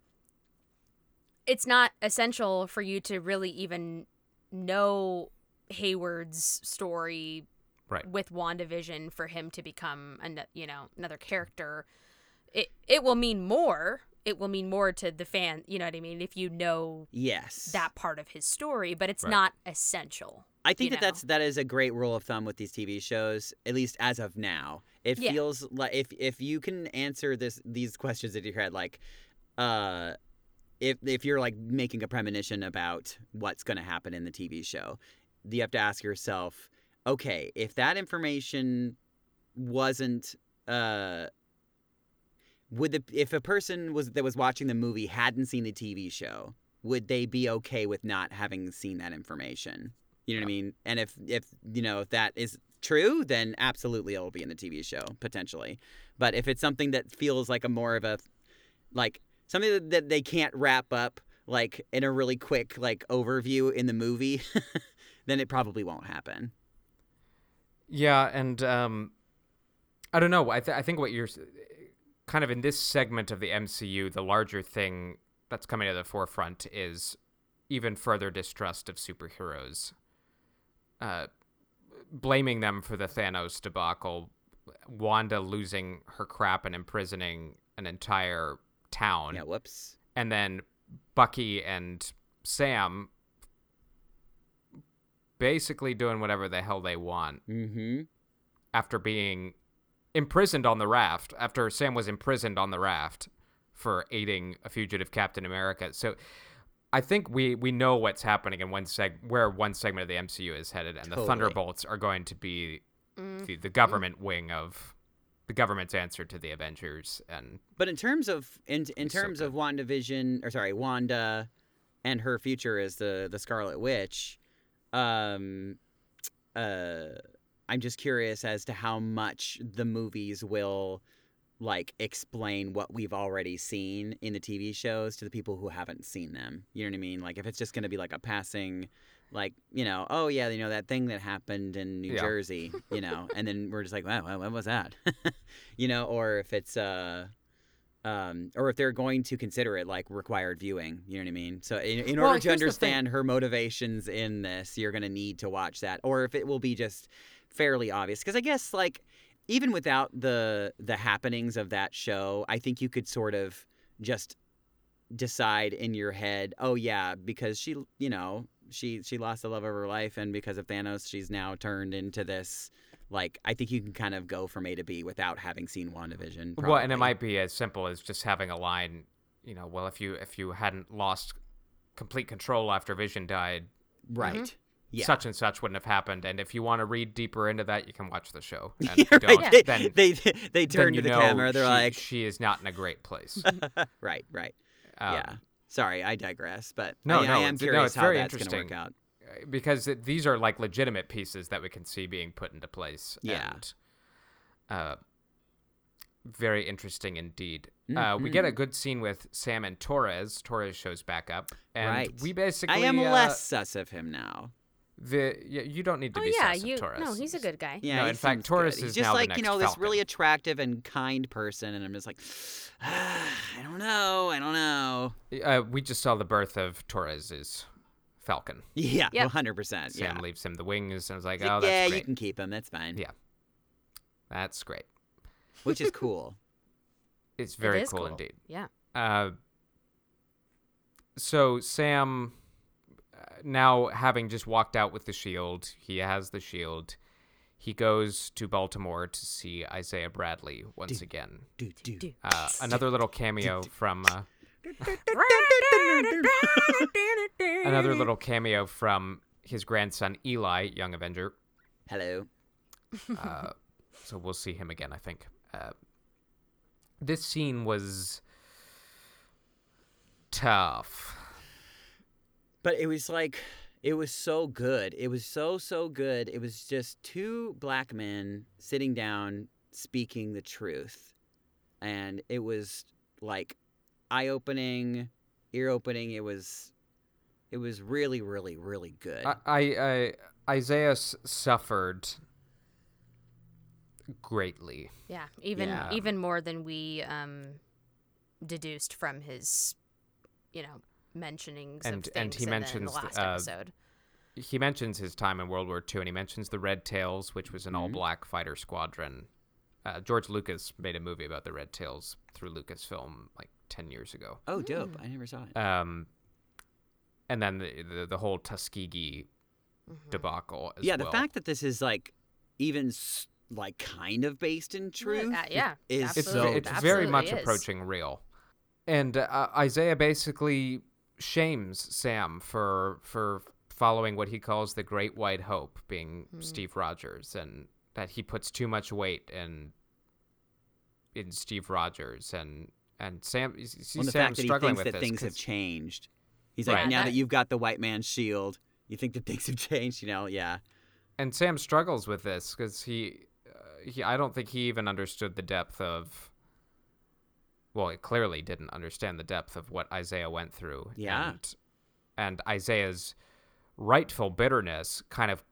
B: it's not essential for you to really even know Hayward's story
A: Right.
B: with WandaVision for him to become an, you know another character it it will mean more it will mean more to the fan you know what i mean if you know
C: yes
B: that part of his story but it's
A: Right.
B: not essential
C: I think
B: you
C: that that's that is a great rule of thumb with these TV shows, at least as of now. It
B: Yeah.
C: feels like if if you can answer this these questions in your head, like, uh, if if you're like making a premonition about what's going to happen in the TV show, you have to ask yourself, okay, if that information wasn't uh would the if a person was that was watching the movie hadn't seen the TV show, would they be okay with not having seen that information? You know what I mean? And if if you know if that is true, then absolutely it'll be in the TV show potentially. But if it's something that feels like a more of a like something that, that they can't wrap up like in a really quick like overview in the movie, then it probably won't happen.
A: Yeah, and um, I don't know. I, th- I think what you're s- kind of in this segment of the MCU, the larger thing that's coming to the forefront is even further distrust of superheroes, uh, blaming them for the Thanos debacle, Wanda losing her crap and imprisoning an entire town.
C: Yeah, whoops.
A: and then Bucky and Sam basically doing whatever the hell they want
C: Mm-hmm.
A: after being imprisoned on the raft after Sam was imprisoned on the raft for aiding a fugitive Captain America. So I think we we know what's happening in one seg where one segment of the MCU is headed, and
C: Totally.
A: the Thunderbolts are going to be
B: Mm. Mm-hmm.
A: the, the government wing of the government's answer to the Avengers, and
C: But in terms of in in
A: It's so
C: terms of WandaVision or sorry, Wanda and her future as the the Scarlet Witch, um uh I'm just curious as to how much the movies will like explain what we've already seen in the TV shows to the people who haven't seen them. You know what I mean? Like if it's just going to be like a passing like, you know, oh yeah, you know that thing that happened in New
A: Yeah.
C: Jersey, you know, and then we're just like, wow, wow, what was that? you know, or if it's uh um, or if they're going to consider it like required viewing. You know what I mean? So in, in
A: Well,
C: order to
A: here's the thing.
C: understand her motivations in this, you're going to need to watch that, or if it will be just fairly obvious. Because I guess like even without the the happenings of that show, I think you could sort of just decide in your head, oh yeah, because she, you know, she she lost the love of her life, and because of Thanos, she's now turned into this. Like I think you can kind of go from A to B without having seen WandaVision.
A: well, and it
C: probably.
A: might be as simple as just having a line, you know, well, if you if you hadn't lost complete control after Vision died,
C: Right. Yeah.
A: such and such wouldn't have happened. And if you want to read deeper into that, you can watch the show. And if
C: You're
A: you don't,
C: right. They,
A: then, then
C: they they turn
A: you
C: to the
A: know
C: camera. They're
A: she-
C: like,
A: she is not in a great place.
C: right, right,
A: Um,
C: yeah. Sorry, I digress. But
A: No,
C: I, I
A: no,
C: am
A: it's- no,
C: curious
A: it's
C: how
A: very
C: that's going to work
A: interesting.
C: out.
A: because th- these are like legitimate pieces that we can see being put into place.
C: Yeah.
A: And, uh, very interesting indeed. Uh,
C: Mm-hmm.
A: we get a good scene with Sam and Torres. Torres shows back up, and
C: Right.
A: we basically
C: I am
A: uh,
C: less sus of him now.
A: the. Yeah, you don't need to
B: Oh
A: be
B: yeah,
A: sus of
B: you.
A: Torres.
B: No, he's a good guy.
C: Yeah,
A: No,
C: he
A: in fact,
C: seems
A: Taurus
C: good. He's
A: is
C: just
A: now the
C: like
A: next
C: you know this
A: Falcon.
C: really attractive and kind person, and I'm just like, I don't know, I don't know.
A: Uh, we just saw the birth of Torres's Falcon.
C: Yeah,
B: Yep.
C: 100. percent Yeah,
A: Sam leaves him the wings, and I was like,
C: He's like,
A: "Oh, that's
C: yeah, you
A: great.
C: can keep him. That's fine.
A: Yeah. That's great.
C: which is cool.
A: It's
B: It
A: very
B: is
A: cool, indeed."
B: Yeah.
A: Uh, so Sam, uh, now having just walked out with the shield, he has the shield. He goes to Baltimore to see Isaiah Bradley once again.
C: Do, do.
B: Do.
A: Uh, another little cameo from uh, another little cameo from his grandson Eli, young Avenger.
C: Hello.
A: Uh, so we'll see him again, I think. Uh, this scene was tough.
C: but it was like it was so good it was so so good it was just two black men sitting down speaking the truth and it was like eye opening ear opening it was it was really really really good
A: I, I, I Isaiah s- suffered greatly.
B: Yeah. Even
C: Yeah.
B: even more than we um deduced from his, you know, mentionings of
A: And-
B: things
A: and he
B: in the- in the,
A: mentions the-
B: last
A: uh,
B: episode.
A: He mentions his time in World War II, and he mentions the Red Tails, which was an all-black fighter squadron. Uh, George Lucas made a movie about the Red Tails through Lucasfilm like ten years ago.
C: oh dope
A: Mm.
C: i never saw it
A: Um, and then the the, the whole Tuskegee Hmm.
B: Mm-hmm.
A: debacle. As
C: yeah the
A: well.
C: fact that this is like even s- like kind of based in truth
B: uh, yeah,
C: is
A: it's
B: Absolutely.
C: so
A: it's
C: good.
A: very
B: Absolutely
A: much
B: is.
A: approaching real. And uh, Isaiah basically shames Sam for for following what he calls the Great White Hope, being
B: Hmm.
A: Steve Rogers, and that he puts too much weight in in Steve Rogers and and Sam. You see
C: Well, the
A: Sam
C: fact that he
A: struggling
C: thinks
A: with
C: that
A: this
C: things have
A: 'cause-
C: changed. He's
A: Right.
C: like, now
B: Yeah,
C: that
B: that-
C: you've got the white man's shield, you think that things have changed. You know, yeah,
A: and Sam struggles with this because he, uh, he, I don't think he even understood the depth of. Well, he clearly didn't understand the depth of what Isaiah went through.
C: Yeah.
A: And, and Isaiah's rightful bitterness kind of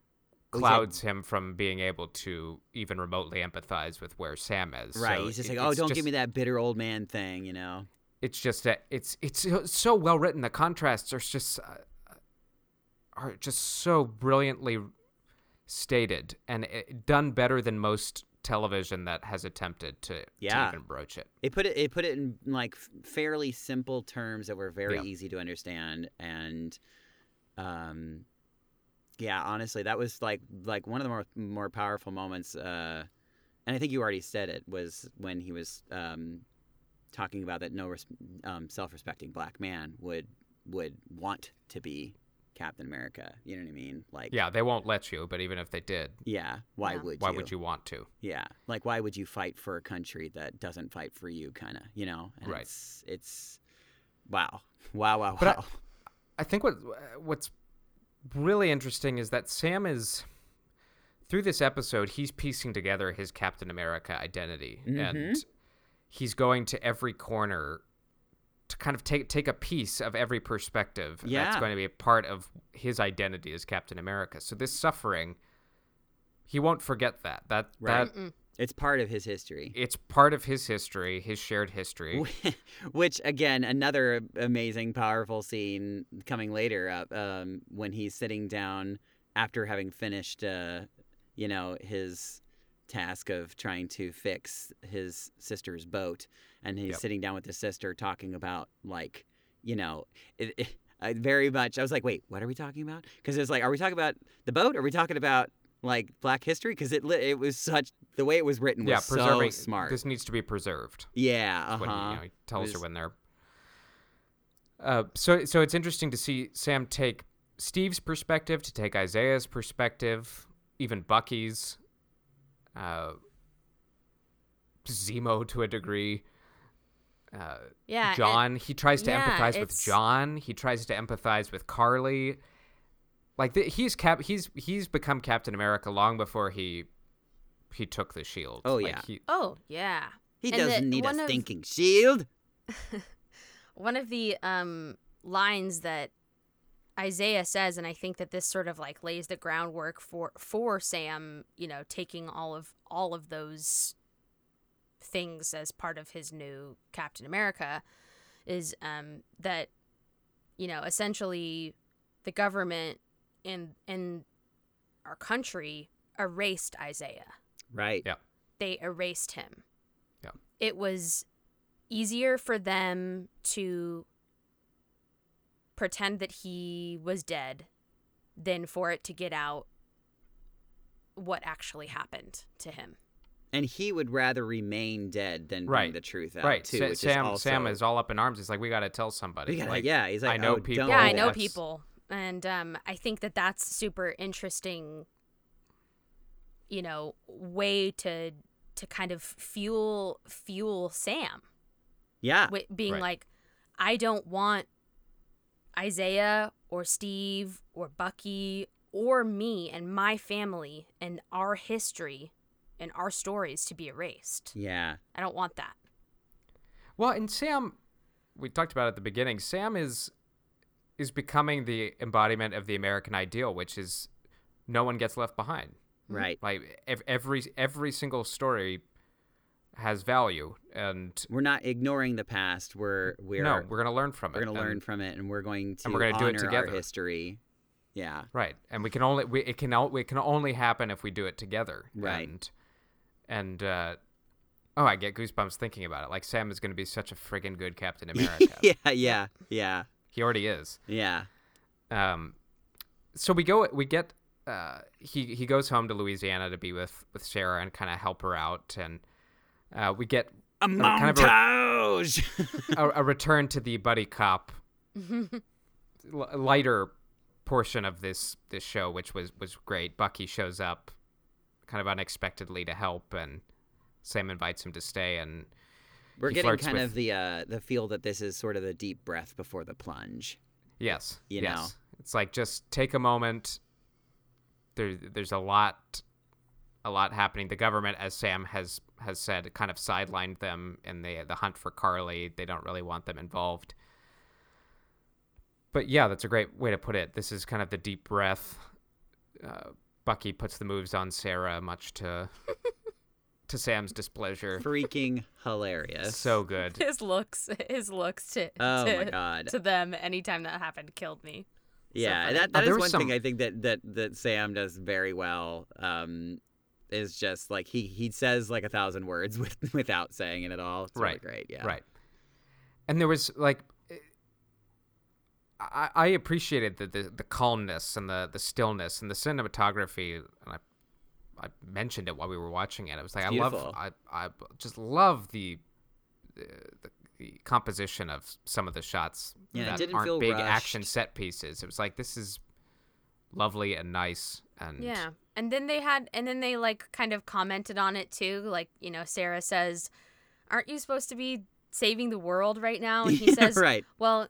C: Well, he's like-
A: clouds him from being able to even remotely empathize with where Sam is.
C: right.
A: So
C: he's just
A: it-
C: like, oh,
A: it's
C: don't
A: just-
C: give me that bitter old man thing. You know,
A: It's just that it's it's so well written. The contrasts are just uh, are just so brilliantly stated and it, done better than most television that has attempted to,
C: Yeah.
A: to even broach it.
C: it put it it put it in like f- fairly simple terms that were very
A: Yeah.
C: easy to understand, and um, yeah, honestly, that was like like one of the more more powerful moments. Uh, and I think you already said it was when he was um, talking about that no res- um, self-respecting black man would would want to be Captain America. You know what I mean? Like,
A: Yeah, they won't let you, but even if they did,
C: yeah. Why
B: Yeah.
C: would
A: why
C: you?
A: would you want to?
C: Yeah, like why would you fight for a country that doesn't fight for you? Kind of, you know.
A: Right.
C: It's, it's wow, wow, wow,
A: But I-
C: wow.
A: I think what what's really interesting is that Sam is through this episode he's piecing together his Captain America identity
C: Mm-hmm.
A: and he's going to every corner to kind of take take a piece of every perspective and that's
C: Yeah.
A: going to be a part of his identity as Captain America. So this suffering he won't forget that. That
C: Right.
A: that
C: it's part of his history.
A: it's part of his history, his shared history.
C: Which again, another amazing, powerful scene coming later up um, when he's sitting down after having finished, uh, you know, his task of trying to fix his sister's boat, and he's
A: Yep.
C: sitting down with his sister talking about like, you know, it, it, I very much. I was like, wait, what are we talking about? Because it's like, are we talking about the boat? Are we talking about like Black history? Because it li- it was such the way it was written was
A: yeah,
C: so
A: preserving
C: smart.
A: This needs to be preserved.
C: yeah, uh
A: when he, you know,
C: huh.
A: he tells her
C: was-
A: when they're. Uh, so so it's interesting to see Sam take Steve's perspective, to take Isaiah's perspective, even Bucky's, uh, Zemo to a degree. Uh,
B: Yeah. and-
A: John, he tries to
B: yeah,
A: empathize with
B: it's-
A: John. He tries to empathize with Carly. Like th- he's cap, he's he's become Captain America long before he he took the shield.
C: Oh,
A: Like,
C: yeah.
A: he-
B: oh, yeah.
C: He
B: And
C: doesn't
B: that
C: need a
B: one of-
C: stinking shield.
B: One of the um lines that Isaiah says, and I think that this sort of like lays the groundwork for for Sam, you know, taking all of all of those things as part of his new Captain America, is um that you know essentially the government and and our country erased Isaiah.
C: Right.
A: Yeah.
B: they erased him.
A: Yeah.
B: It was easier for them to pretend that he was dead than for it to get out what actually happened to him.
C: And he would rather remain dead than bring
A: Right.
C: the truth out.
A: right
C: Too,
A: Sa-
C: which
A: sam
C: is also,
A: sam is all up in arms it's like we gotta tell somebody
C: We gotta-
A: like,
C: yeah, he's like,
A: i know
C: "Oh,
A: people
C: don't
B: yeah, I
C: Oh,
B: know
A: that's-
B: people. And um, I think that that's super interesting, you know, way to to kind of fuel fuel Sam.
C: Yeah.
B: wi- being
A: Right.
B: like, I don't want Isaiah or Steve or Bucky or me and my family and our history and our stories to be erased.
C: Yeah.
B: I don't want that.
A: well and sam we talked about at the beginning sam is is becoming the embodiment of the american ideal which is no one gets left behind
B: Mm-hmm.
C: Right.
A: like ev- every every single story has value and
C: We're not ignoring the past. We're we're
A: no we're gonna learn from
C: we're
A: it
C: gonna
A: and-
C: learn from it, and we're going to
A: and we're gonna do it
C: honor
A: together.
C: our history. Yeah.
A: Right, and we can only we it can o- it can only happen if we do it together.
C: Right.
A: and, and uh, oh, I get goosebumps thinking about it. Like Sam is going to be such a friggin' good Captain America.
C: yeah. Yeah. Yeah.
A: He already is.
C: Yeah.
A: Um, so we go we get uh he he goes home to Louisiana to be with with Sarah and kind of help her out, and uh, we get
C: A
A: kind of a-
C: montage.
A: a, a return to the buddy cop l- lighter portion of this this show which was was great bucky shows up kind of unexpectedly to help and sam invites him to stay and
C: we're
A: He
C: getting
A: flirts
C: kind
A: with-
C: of the uh, the feel that this is sort of the deep breath before the plunge.
A: yes
C: You
A: yes
C: know.
A: it's like just take a moment there there's a lot a lot happening the government as sam has has said kind of sidelined them in the the hunt for carly they don't really want them involved but yeah, that's a great way to put it. This is kind of the deep breath. Uh, Bucky puts the moves on Sarah, much to to Sam's displeasure.
C: Freaking hilarious.
A: So good.
B: His looks, his looks to,
C: Oh
B: to,
C: my god.
B: to them anytime that happened killed me.
C: Yeah,
B: funny.
C: that,
A: Oh,
C: that
A: there
C: is
A: was
C: one
A: some-
C: thing I think that, that that Sam does very well. Um, is just like he he says like a thousand words with, without saying it at all. It's really
A: Right,
C: great. Yeah.
A: Right. And there was like, I, I appreciated the, the the calmness and the the stillness and the cinematography. And I I mentioned it while we were watching it. I was like, I love,
C: beautiful.
A: I I just love the, the the composition of some of the shots
C: Yeah, it
A: that
C: didn't
A: aren't
C: feel
A: big
C: rushed.
A: action set pieces. It was like this is lovely and nice
C: Mm.
A: and
B: Yeah. And then they had, and then they like kind of commented on it too. Like, you know, Sarah says, Aren't you supposed to be saving the world right now? Oh, And he
C: Yeah,
B: says,
C: right.
B: Well,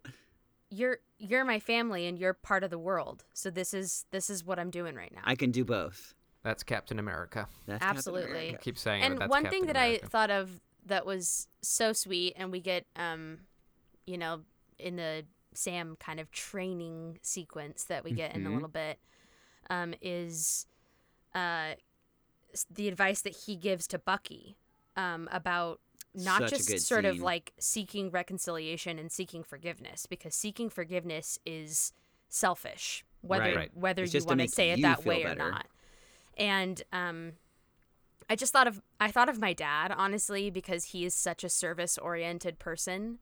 B: you're you're my family and you're part of the world. So this is this is what I'm doing right now.
C: I can do both.
A: that's Captain America.
C: That's Captain
B: Absolutely.
A: I
C: America.
A: keep saying it,
B: and
A: but that's
B: one
A: Captain
B: thing that
A: America.
B: I thought of that was so sweet, and we get, um, you know, in the Sam kind of training sequence that we get in
C: Mhm.
B: a little bit, um, is uh, s- the advice that he gives to Bucky um, about not
C: Such a good
B: just sort of
C: scene.
B: like seeking reconciliation and seeking forgiveness, because seeking forgiveness is selfish, whether
C: Right.
A: Right.
B: whether
C: It's
B: you
C: just to
B: want to
C: make
B: say it
C: you
B: that
C: feel
B: way
C: better.
B: or not. And um, I just thought of I thought of my dad honestly because he is such a service oriented person,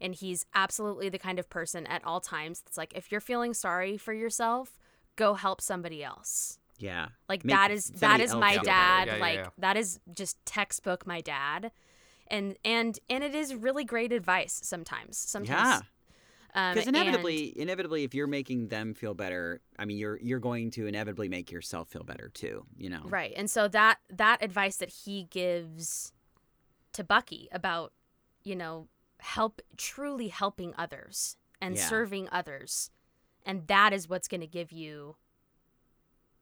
B: and he's absolutely the kind of person at all times that's like if you're feeling sorry for yourself, go help somebody else.
C: Yeah.
B: Like
C: Make
B: that is that
C: somebody
B: is
C: else
B: my
C: feel better.
B: dad.
A: Yeah, yeah,
B: like
A: yeah.
B: that is just textbook my dad. And and and it is really great advice sometimes.
C: Yeah.
B: Sometimes um,
C: Because
B: and-
C: inevitably, inevitably, if you're making them feel better, I mean, you're you're going to inevitably make yourself feel better too. You know.
B: Right. And so that that advice that he gives to Bucky about, you know, help truly helping others and
C: Yeah.
B: serving others. And that is what's going to give you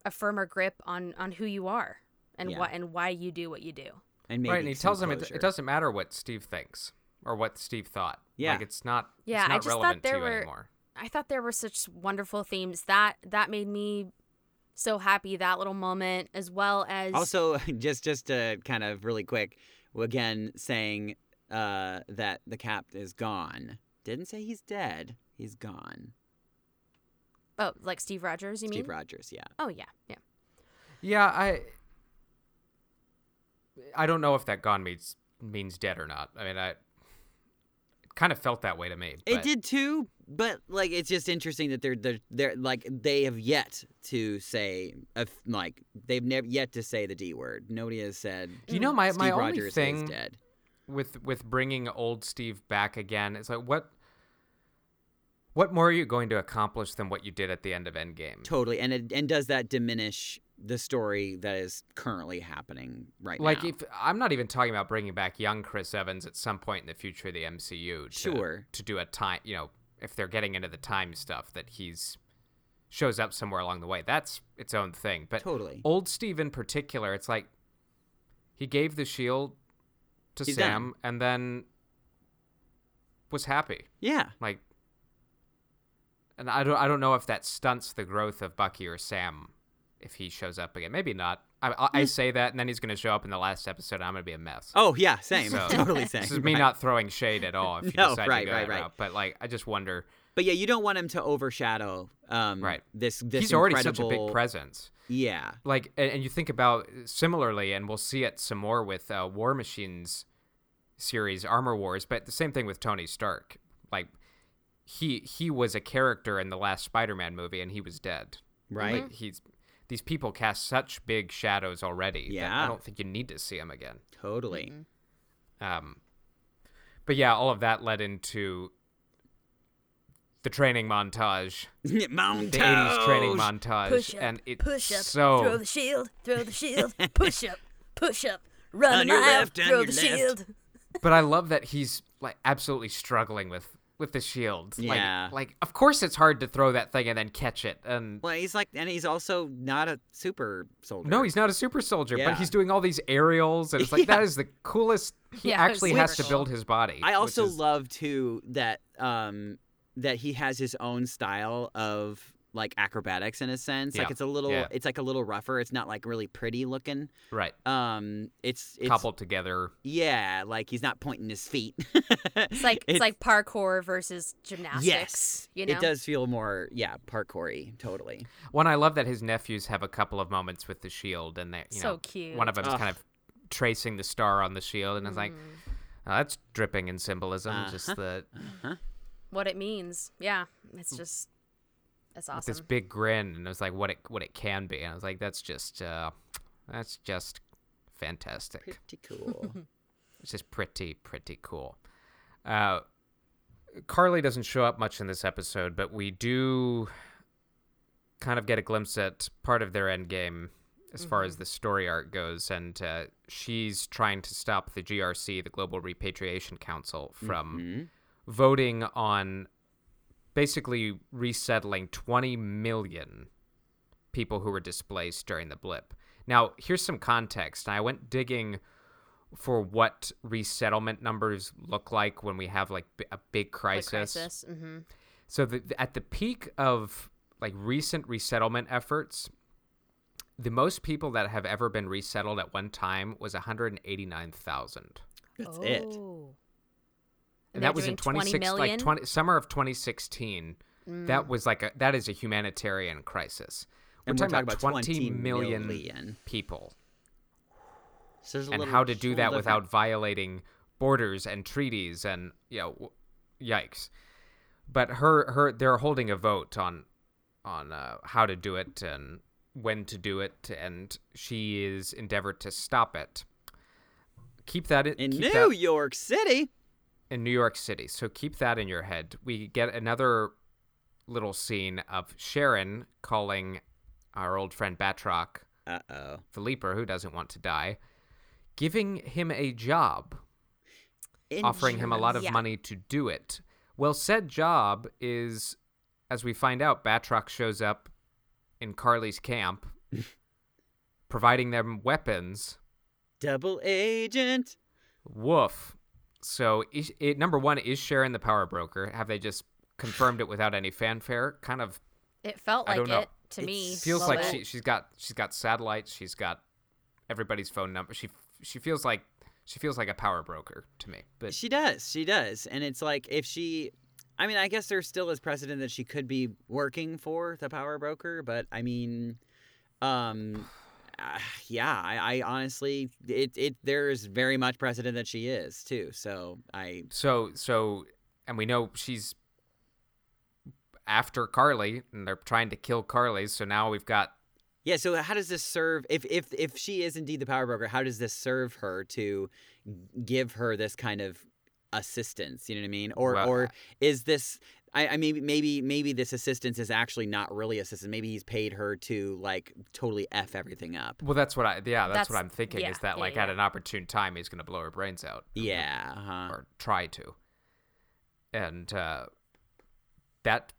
B: a firmer grip on on who you are and
C: Yeah.
B: what and why you do what you do.
C: And maybe
A: right, and he
C: some
A: tells him it,
C: closure.
A: it doesn't matter what Steve thinks or what Steve thought.
C: Yeah.
A: like it's not.
B: Yeah,
A: it's
B: I
A: not
B: just thought
A: relevant
B: there
A: to you
B: were-
A: anymore.
B: I thought there were such wonderful themes that that made me so happy that little moment as well as
C: Also, just just to kind of really quick, again saying uh, that the cap is gone. Didn't say he's dead. He's gone.
B: oh like Steve Rogers you mean
C: Steve Rogers. Yeah.
B: oh yeah yeah
A: Yeah, I. I don't know if that gone means means dead or not. I mean, I. It kind of felt that way to me.
C: It
A: but-
C: did too, but like it's just interesting that they're they're, they're like they have yet to say if, like they've never yet to say the D word. Nobody has said.
A: You know, my,
C: Steve
A: my
C: Rogers
A: only
C: is
A: thing
C: dead.
A: with with bringing old Steve back again. It's like what what more are you going to accomplish than what you did at the end of Endgame?
C: Totally, and it, and does that diminish the story that is currently happening right
A: Like
C: now?
A: if I'm not even talking about bringing back young Chris Evans at some point in the future of the MCU to,
C: Sure.
A: to do a time, you know, if they're getting into the time stuff that he's shows up somewhere along the way. That's its own thing. But
C: totally,
A: old Steve in particular, it's like he gave the shield to
C: He's
A: Sam and then was happy.
C: yeah,
A: like and I don't I don't know if that stunts the growth of Bucky or Sam if he shows up again. Maybe not. I I, I say that and then he's going to show up in the last episode and I'm going to be a mess.
C: oh yeah, same,
A: So-
C: totally same.
A: this is me
C: right.
A: not throwing shade at all if you
C: No,
A: decide
C: right,
A: to go
C: right,
A: that
C: right.
A: route, but like I just wonder
C: But yeah, you don't want him to overshadow um
A: Right.
C: this this
A: he's already such a
C: incredible-
A: big presence.
C: Yeah.
A: Like and, and you think about similarly and we'll see it some more with uh, War Machines series Armor Wars, but the same thing with Tony Stark. Like he he was a character in the last Spider-Man movie and he was dead.
C: Right.
A: Like he's these people cast such big shadows already. Yeah, I
C: Yeah.
A: don't think you need to see him again.
C: Totally.
A: Um, but yeah, all of that led into the training montage,
F: Mm-hmm.
C: Montage.
A: the '80s training montage,
F: Push up,
A: and it's
F: push up,
A: so
F: throw the shield, throw the shield, push up, push up, run
C: On
F: a
C: your
F: mile,
C: left, on
F: throw
C: your
F: the
C: left.
F: shield.
A: but I love that he's like absolutely struggling with with the shield.
C: Yeah.
A: Like, like of course it's hard to throw that thing and then catch it. And
C: Well, he's like, and he's also not a super soldier.
A: no, he's not a super soldier,
C: Yeah.
A: but he's doing all these aerials, and it's like
C: Yeah.
A: that is the coolest. He
B: Yeah, it was
A: actually has to
B: super
A: build his body.
C: I
A: which
C: also
A: is-
C: love too that um that he has his own style of like acrobatics in a sense.
A: Yeah.
C: Like it's a little,
A: Yeah.
C: it's like a little rougher. It's not like really pretty looking.
A: right.
C: Um, it's it's
A: coupled together.
C: yeah, like he's not pointing his feet.
B: It's like it's, like parkour versus gymnastics.
C: yes,
B: you know.
C: it does feel more yeah parkoury totally.
A: One, I love that his nephews have a couple of moments with the shield, and they you
B: So
A: know,
B: cute. Mm-hmm. Mm.
A: One of them is
C: Ugh.
A: kind of tracing the star on the shield, and it's like, "Oh, that's dripping in symbolism. Just
C: Uh-huh.
A: the
B: what it means. Yeah, it's just that's
A: Mm. with this
B: awesome.
A: big grin, and it was like what it what it can be, and I was like, that's just uh, that's just fantastic.
C: Pretty cool.
A: It's just pretty pretty cool. Uh, Carly doesn't show up much in this episode, but we do kind of get a glimpse at part of their end game as far as the story arc goes, and uh, she's trying to stop the GRC, the Global Repatriation Council, from
C: Mhm.
A: voting on basically resettling 20 million people who were displaced during the blip. Now, here's some context. I went digging for what resettlement numbers look like when we have like b- a big crisis.
B: crisis. Mm-hmm.
A: So the, the- at the peak of like recent resettlement efforts, the most people that have ever been resettled at one time was 189,000.
C: That's it.
B: Oh.
A: And that was in 26 like
B: 20.
A: 20 summer of 2016. That was like a that is a humanitarian crisis. We're,
C: And
A: talking, about 20 million, people.
C: So there's a
A: and
C: little-
A: how to do
C: little
A: that
C: different.
A: without violating borders and treaties and you know w- yikes but her her they're holding a vote on on uh, how to do it and when to do it and she is endeavored to stop it keep that in,
C: in
A: keep
C: New
A: that-
C: York City.
A: in New York City. So keep that in your head. We get another little scene of Sharon calling our old friend Batroc,
C: Uh oh.
A: the leaper who doesn't want to die, giving him a job, offering him a lot of
B: Yeah.
A: money to do it. Well, said job is, as we find out, Batroc shows up in Carly's camp, providing them weapons.
C: Double agent.
A: Woof. So, is, it, number one, is Sharon the power broker? Have they just confirmed it without any fanfare? Kind of
B: It felt
A: I
B: like
A: don't know.
B: it to me.
C: It's-
A: feels
B: a
A: like
B: little
A: she,
B: bit.
A: she's got she's got satellites. She's got everybody's phone number. She she feels like she feels like a power broker to me. But
C: She does. She does. And it's like if she I mean, I guess there still is precedent that she could be working for the power broker, but I mean um uh, yeah, I, I honestly it it there is very much precedent that she is too. So I
A: so so, and we know she's after Carly, and they're trying to kill Carly. So now we've got
C: Yeah, so how does this serve if if if she is indeed the power broker, how does this serve her to give her this kind of assistance, you know what I mean? Or
A: Well,
C: or is this I, I mean maybe maybe this assistance is actually not really assistance. Maybe he's paid her to like totally F everything up.
A: well, that's what I yeah that's, what
B: That's-
A: I'm thinking
B: yeah,
A: is that
B: yeah,
A: like at
B: yeah.
A: an opportune time he's gonna blow her brains out.
C: Yeah. Uh-huh.
A: or try to. And uh, that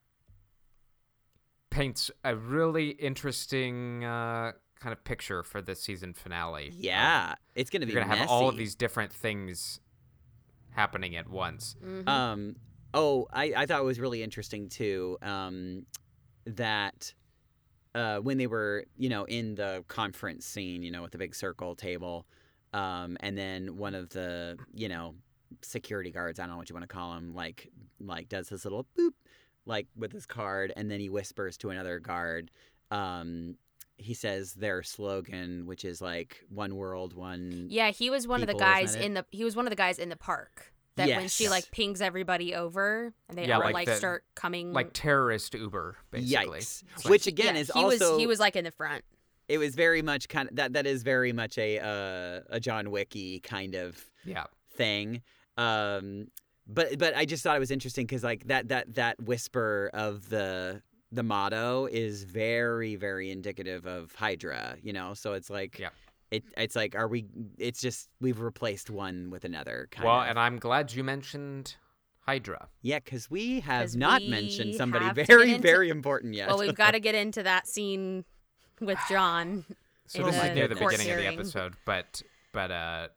A: paints a really interesting uh, kind of picture for the season finale. of-
C: Yeah. It's gonna be
A: uh, You're going to have all of
C: messy.
A: these different things happening at once.
B: Mm-hmm.
C: Um, oh, I, I thought it was really interesting too um, that uh, when they were, you know, in the conference scene, you know, with the big circle table, um, and then one of the, you know, security guards, I don't know what you want to call him, like, like does this little boop, like with his card, and then he whispers to another guard. Um, he says their slogan, which is like "One World, One."
B: Yeah, he was one of the
C: people, isn't
B: guys
C: it?
B: in the he was one of the guys in the park that when she
C: Yes.
B: like pings everybody over and they
A: Yeah,
B: all
A: like
B: like,
A: the-
B: start coming
A: Like terrorist Uber, basically.
C: Mm. Yikes!
A: Like-
C: Which again
B: Yeah,
C: is
B: he
C: also
B: was he was like in the front.
C: it was very much kind of that that is very much a uh, a John Wicky kind of
A: Yeah.
C: thing. Um, but but I just thought it was interesting because like that that that whisper of the the motto is very very indicative of Hydra, you know. So it's like
A: Yeah.
C: It, it's like are we? It's just we've replaced one with another. Kind
A: Well,
C: of.
A: and I'm glad you mentioned Hydra.
C: yeah, because we have
B: 'Cause
C: not
B: we
C: mentioned somebody
B: have to get
C: very
B: into-
C: very important yet.
B: Well, we've got to get into that scene with John.
A: So
B: in
A: this
B: the
A: is near the
B: court
A: beginning of
B: hearing.
A: the episode, but but uh,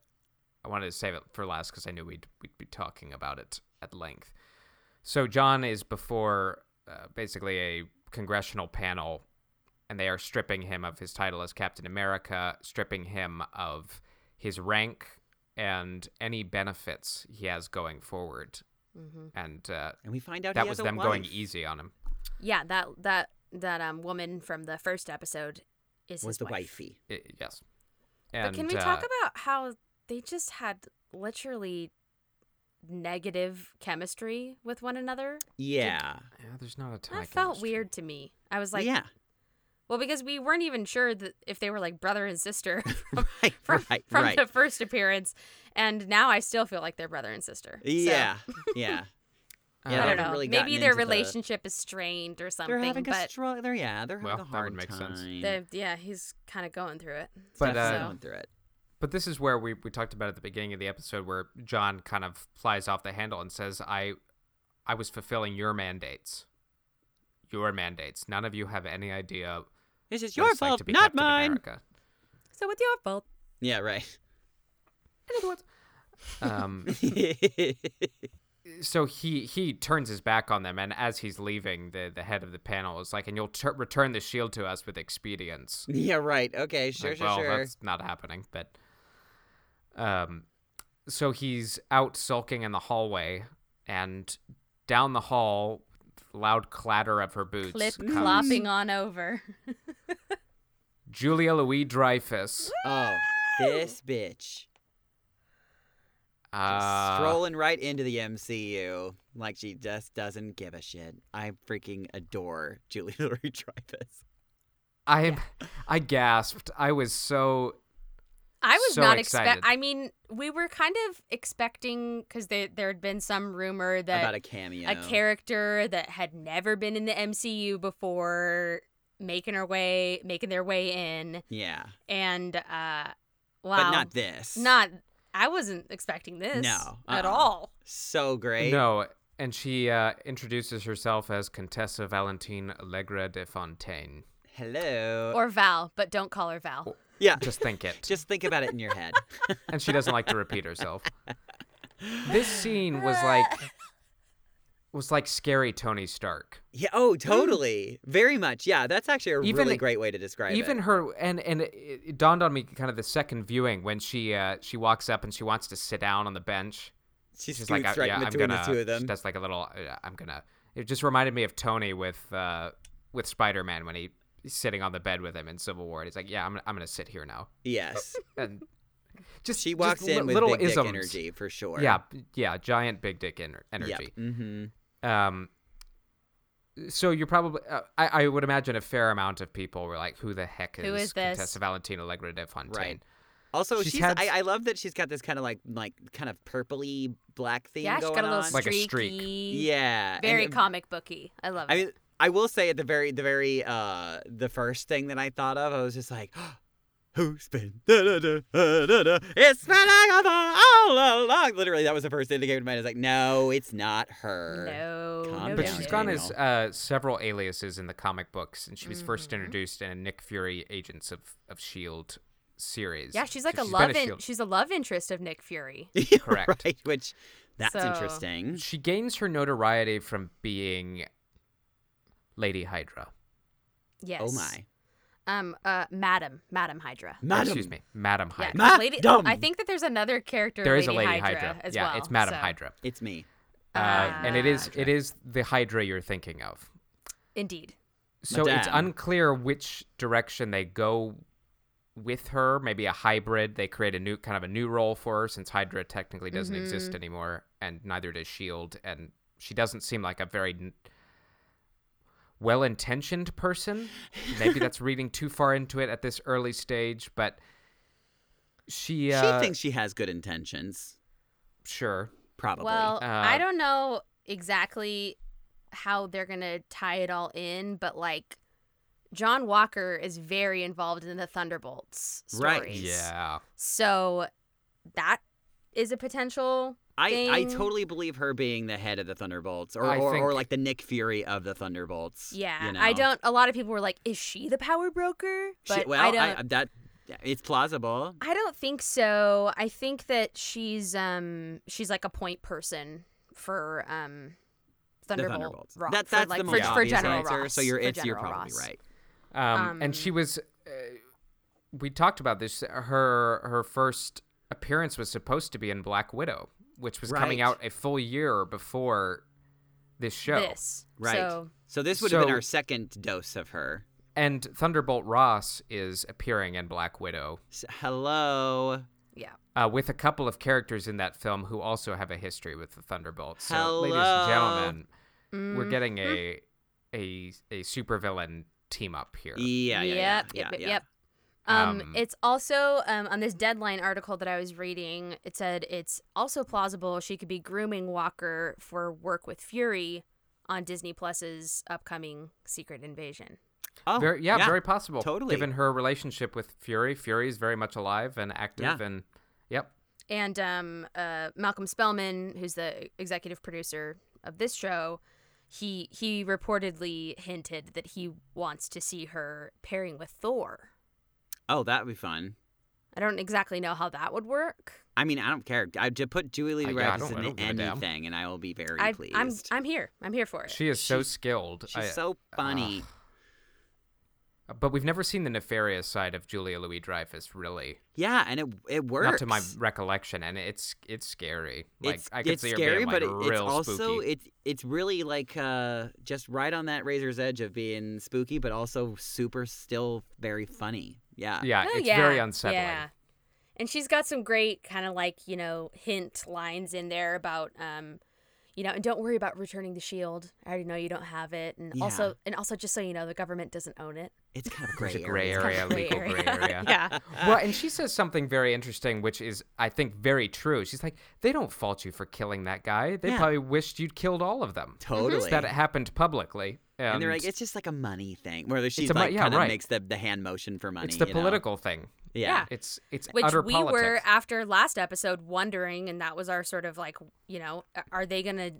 A: I wanted to save it for last because I knew we'd we'd be talking about it at length. So John is before uh, basically a congressional panel, and they are stripping him of his title as Captain America, stripping him of his rank and any benefits he has going forward,
B: Mm-hmm.
A: and uh,
C: and we find out
A: that
C: he
A: was
C: has a
A: them going
C: wife.
A: easy on him.
B: Yeah, that that that um woman from the first episode is
C: Was
B: his
C: the
B: wife.
C: wifey?
A: I- yes,
B: But
A: and
B: can we
A: uh,
B: talk about how they just had literally negative chemistry with one another?
C: Yeah.
A: Yeah, there's not a ton.
B: That
A: of
B: felt
A: chemistry.
B: weird to me. I was like,
C: yeah.
B: Well, because we weren't even sure that if they were like brother and sister from,
C: Right,
B: from,
C: right,
B: from
C: right.
B: the first appearance, and now I still feel like they're brother and sister. So,
C: Yeah, yeah.
A: I
C: yeah. they
B: I don't
C: haven't
B: know.
C: really
B: Maybe
C: gotten
B: their
C: into the-
B: relationship is strained or something.
C: They're having a
B: but
C: struggle. They're yeah. They're
A: Well,
C: having
A: that
C: a
A: would
C: hard
A: make sense.
C: time.
B: the- yeah, he's kind of going through it.
A: But,
C: Definitely
A: uh,
C: going through it.
A: But this is where we, we talked about at the beginning of the episode where John kind of flies off the handle and says, I I was fulfilling your mandates. Your mandates. None of you have any idea
C: This is
A: what
C: your
A: it's like
C: fault,
A: to be
C: not
A: Captain
C: mine.
A: America.
B: So it's your fault.
C: Yeah, right.
A: Um, so he he turns his back on them and as he's leaving the the head of the panel is like and you'll tur return the shield to us with expedience
C: yeah, right. Okay, sure,
A: Like,
C: sure,
A: well
C: sure.
A: that's not happening but um so he's out sulking in the hallway and down the hall loud clatter of her boots
B: Clip
A: comes
B: clopping on over.
A: julia louis dreyfus
C: Oh, this bitch. Just
A: uh,
C: strolling right into the MCU like she just doesn't give a shit. I freaking adore Julie Louis Dreyfus.
A: i i gasped i was so
B: I was
A: So
B: not
A: excited.
B: expect. I mean, we were kind of expecting because there there had been some rumor that
C: About a cameo.
B: a character that had never been in the MCU before making her way making their way in
C: Yeah,
B: and uh wow
C: but not this.
B: Not- I wasn't expecting this
C: No,
B: at
C: uh-uh.
B: all
C: so great.
A: No, and she uh, introduces herself as Contessa Valentine Allegra de Fontaine.
C: Hello.
B: or Val but don't call her Val
C: yeah,
A: Just think it.
C: just think about it in your head.
A: and she doesn't like to repeat herself. This scene was like was like scary Tony Stark.
C: Yeah. Oh, totally. Very much. Yeah. That's actually a
A: Even-
C: really great way to describe
A: Even
C: it.
A: her and and it, it dawned on me kind of the second viewing when she uh, she walks up and she wants to sit down on the bench.
C: She
A: She's
C: scoots
A: like, I,
C: right
A: yeah,
C: in
A: I'm
C: between
A: gonna.
C: the two of
A: She
C: them.
A: does like a little. Uh, I'm gonna. It just reminded me of Tony with uh, with Spider Man when he he's sitting on the bed with him in Civil War. And he's like, yeah, I'm I'm gonna sit here now.
C: Yes.
A: and just
C: uh, She
A: just
C: walks
A: li-
C: in with
A: little
C: big
A: isms.
C: dick energy for sure.
A: Yeah, b- yeah, giant big dick ener- energy.
C: Yep. Mm-hmm.
A: Um, so you're probably uh, I I would imagine a fair amount of people were like, who the heck is,
B: Who is this?
A: Contessa Valentina Allegra de Fontaine?
C: Right. Also,
A: She's
C: she's,
A: had-
C: I, I love that she's got this kind of like like kind of purpley black thing
B: yeah she
C: going
B: got a little
C: on.
A: Like a
B: streaky
A: streak.
C: yeah. and
B: very
C: it-
B: comic booky I love
C: I
B: it
C: mean, I will say at the very the very uh the first thing that I thought of, I was just like. Who's been? Da, da, da, da, da, da. It's been Agatha all along. Literally, that was the first thing that came to mind. I was like, no, it's not her.
B: no,
C: Calm
B: no
A: But
C: down,
A: she's
B: she's
A: gone
C: Daniel.
A: as uh, several aliases in the comic books, and she was first
B: Mhm.
A: introduced in a Nick Fury Agents of, of Shield E series.
B: yeah she's like
A: So
B: a love
A: been
B: in-
A: SHIELD.
B: she's a love interest of Nick Fury
A: Correct.
C: right, which that's
B: So-
C: interesting.
A: She gains her notoriety from being Lady Hydra.
B: yes
C: Oh my.
B: um uh Madam Madam Hydra
C: Madam.
A: Excuse me, Madam
B: yeah
A: Hydra.
B: lady
C: Madam.
B: I think that there's another character
A: There
B: lady
A: is a Lady
B: Hydra,
A: Hydra.
B: as
A: yeah,
B: well
A: it's Madam
B: so- Ah.
A: Hydra.
C: It's me.
A: Uh, and it is
C: Hydra.
A: it is the Hydra you're thinking of.
B: indeed
A: So it's
C: Madame.
A: unclear which direction they go with her. Maybe a hybrid. They create a new kind of a new role for her since Hydra technically doesn't exist anymore, and neither does Shield. E And she doesn't seem like a very n- well-intentioned person. Maybe that's reading too far into it at this early stage, but she uh,
C: she thinks she has good intentions,
A: sure.
C: probably.
B: Well,
A: Uh,
B: I don't know exactly how they're going to tie it all in, but like John Walker is very involved in the Thunderbolts
C: Right.
B: stories.
A: Yeah.
B: So that is a potential.
C: I, I
B: thing-
C: totally believe her being the head of the Thunderbolts, or,
A: I
C: or,
A: think-
C: or like the Nick Fury of the Thunderbolts.
B: Yeah.
C: you know?
B: I don't a lot of people were like is she the power broker?
C: She-
B: But
C: well,
B: I don't
C: that it's plausible.
B: I don't think so. I think that she's um she's like a point person for um Thunderbolt.
C: Thunderbolts.
B: Ro-
C: That,
B: for,
C: that's
B: like,
C: the
B: for,
C: most
B: for
C: obvious
B: General
C: answer.
B: Ross,
C: so you're
B: for
C: it's you're
B: General
C: probably
B: Ross.
C: right.
A: Um,
B: Um,
A: and she was, uh, we talked about this. Her her first appearance was supposed to be in Black Widow, which was coming
C: Right.
A: out a full year before this show.
B: This.
C: Right.
B: So
C: So this would have been
A: So-
C: our second dose of her.
A: And Thunderbolt Ross is appearing in Black Widow
C: S- hello,
B: yeah.
A: uh, with a couple of characters in that film who also have a history with the Thunderbolts. So, ladies
C: Hello.
B: Mm-hmm. mm,
A: and gentlemen, we're getting a a a supervillain team up here.
C: Yeah, yeah, yeah,
B: Yep,
C: yeah,
B: yep,
C: yeah.
B: yep. Um,
A: Um,
B: it's also um, on this deadline article that I was reading. It said it's also plausible she could be grooming Walker for work with Fury on Disney Plus's upcoming Secret Invasion.
C: Oh,
A: very, yeah, very possible.
C: totally.
A: Given her relationship with Fury, Fury is very much alive and active,
C: Yeah.
A: and yep,
B: And um, uh, Malcolm Spellman, who's the executive producer of this show, he he reportedly hinted that he wants to see her pairing with Thor.
C: Oh, that would be fun.
B: I don't exactly know how that would work.
C: I mean, I don't care. I just put Julie
A: I-
C: Louis
A: yeah, I
C: Dreyfus
A: don't- I
C: in
A: don't give a damn.
C: anything, and I will be very
B: I,
C: pleased.
B: I'm I'm here. I'm here for it.
A: she is so skilled.
C: She's
A: I- uh,
C: so funny.
A: but we've never seen the nefarious side of Julia Louis Dreyfus, really,
C: yeah, and it it works.
A: not to my recollection, and it's it's scary. Like
C: it's,
A: I could
C: it's
A: see her
C: scary,
A: being like
C: but it- it's
A: real
C: also
A: spooky.
C: it's it's really like uh, just right on that razor's edge of being spooky, but also super still very funny. Yeah,
A: yeah,
B: Oh,
A: it's
B: yeah,
A: very unsettling.
B: Yeah. And she's got some great kind of like, you know, hint lines in there about um you know, and don't worry about returning the shield. I already know you don't have it. And
C: Yeah.
B: also and also just so you know, the government doesn't own it.
C: it's kind of
A: There's
C: gray
A: a gray
B: It's kind
A: area,
B: of gray
A: legal
B: area.
A: gray area.
B: yeah.
A: Well, and she says something very interesting, which is, I think, very true. She's like, they don't fault you for killing that guy. They
C: Yeah.
A: probably wished you'd killed all of them.
C: Totally.
A: It's that it happened publicly.
C: And, they're
A: and
C: like, it's just like a money thing, where she's
A: a mo-
C: like
A: yeah,
C: kind of
A: right.
C: makes the, the hand motion for money.
A: it's the
C: you know?
A: political thing.
C: Yeah.
A: It's it's
B: Which
A: utter
B: we
A: politics.
B: were after last episode wondering and that was our sort of like, you know, a- are they going to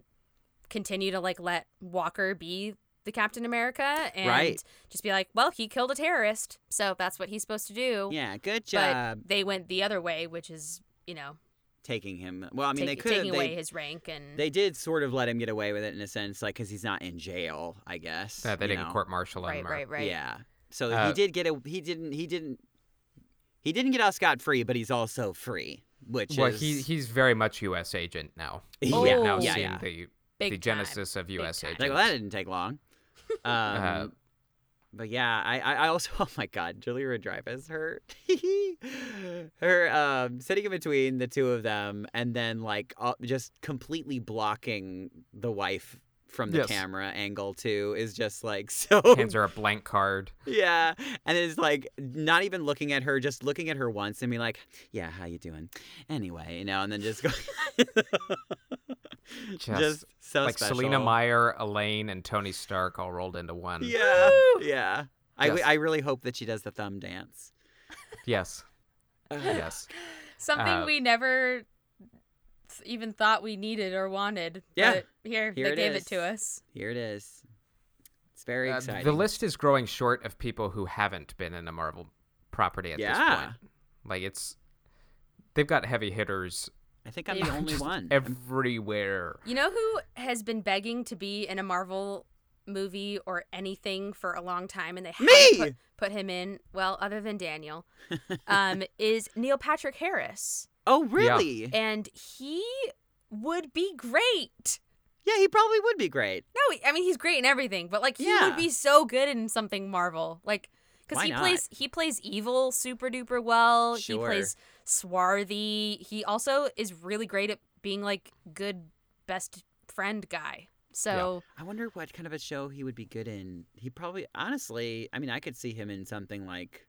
B: continue to like let Walker be the Captain America and
C: Right.
B: just be like, well, he killed a terrorist, so that's what he's supposed to do.
C: Yeah, good
B: but
C: job
B: they went the other way, which is you know
C: taking him. Well, I mean,
B: take-
C: they could
B: taking
C: have.
B: away
C: They,
B: his rank and
C: they did sort of let him get away with it in a sense, like because he's not in jail, I guess.
A: Yeah, they
C: you
A: didn't
C: know?
A: court martial him.
B: right,
A: or-
B: right, right.
C: Yeah. So
A: Uh,
C: he did get a. He didn't. He didn't. He didn't get out scot free, but he's also free, which
A: Well,
C: is
A: he he's very much U.S. agent now.
C: Yeah.
A: We've now
B: Oh.
A: seen
B: Yeah,
C: yeah.
A: the
B: Big
A: the
B: time.
A: genesis of U.S.
B: time.
A: agent.
C: like well, that didn't take long. Um,
A: Uh,
C: but yeah, I, I I also oh my god, Julia Rodriguez, her her um sitting in between the two of them and then like uh, just completely blocking the wife from the
A: Yes.
C: camera angle too is just like so
A: Hands her a blank card.
C: yeah and it's like not even looking at her just looking at her once and being like yeah how you doing anyway you know and then just go
A: Just,
C: so
A: like Selena
C: special.
A: Meyer, Elaine, and Tony Stark all rolled into one.
C: Yeah. Yeah. I,
A: Yes.
C: I really hope that she does the thumb dance.
A: Yes. yes.
E: Something
A: Uh,
E: we never th- even thought we needed or wanted.
C: Yeah.
E: But here,
C: Here
E: they
C: it
E: gave
C: is.
E: it to us.
C: Here it is. It's very
A: Uh,
C: exciting.
A: the list is growing short of people who haven't been in a Marvel property at this
C: Yeah.
A: point. Like it's they've got heavy hitters
C: I think I'm the only
A: just
C: one.
A: everywhere.
B: You know who has been begging to be in a Marvel movie or anything for a long time, and they haven't
C: Me!
B: put, put him in. Well, other than Daniel, um, is Neil Patrick Harris,
C: oh, really? Yeah.
B: and he would be great.
C: he probably would be great.
B: No, I mean he's great in everything, but like he
C: Yeah.
B: would be so good in something Marvel, like because
C: Why
B: he
C: not?
B: plays he plays evil super duper well.
C: Sure.
B: He plays swarthy. He also is really great at being like good best friend guy. So
C: I wonder what kind of a show he would be good in. He probably, honestly, I mean, I could see him in something like.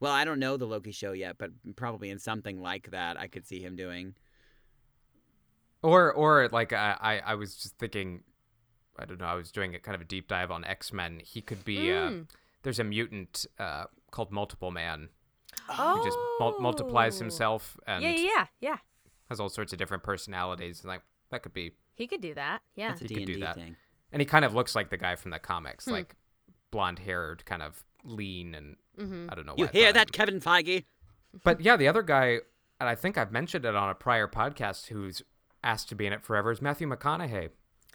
C: Well, I don't know the Loki show yet, but probably in something like that, I could see him doing.
A: Or or like I, I I was just thinking I don't know, I was doing a kind of a deep dive on X Men. He could be
C: Hmm.
A: uh, there's a mutant uh, called Multiple Man
B: oh,
A: who just mul- multiplies
C: Oh.
A: himself and
B: Yeah, yeah, yeah, yeah.
A: has all sorts of different personalities and like that could be
B: He could do that. Yeah,
C: That's a
A: He could do
C: D&D
A: that.
C: thing.
A: and he kind of looks like the guy from the comics,
C: Hmm.
A: like blonde haired, kind of lean and I don't know.
C: You
A: why I
C: hear
A: thought I-
C: that, Kevin Feige?
A: But yeah, the other guy, and I think I've mentioned it on a prior podcast, who's asked to be in it forever is Matthew McConaughey.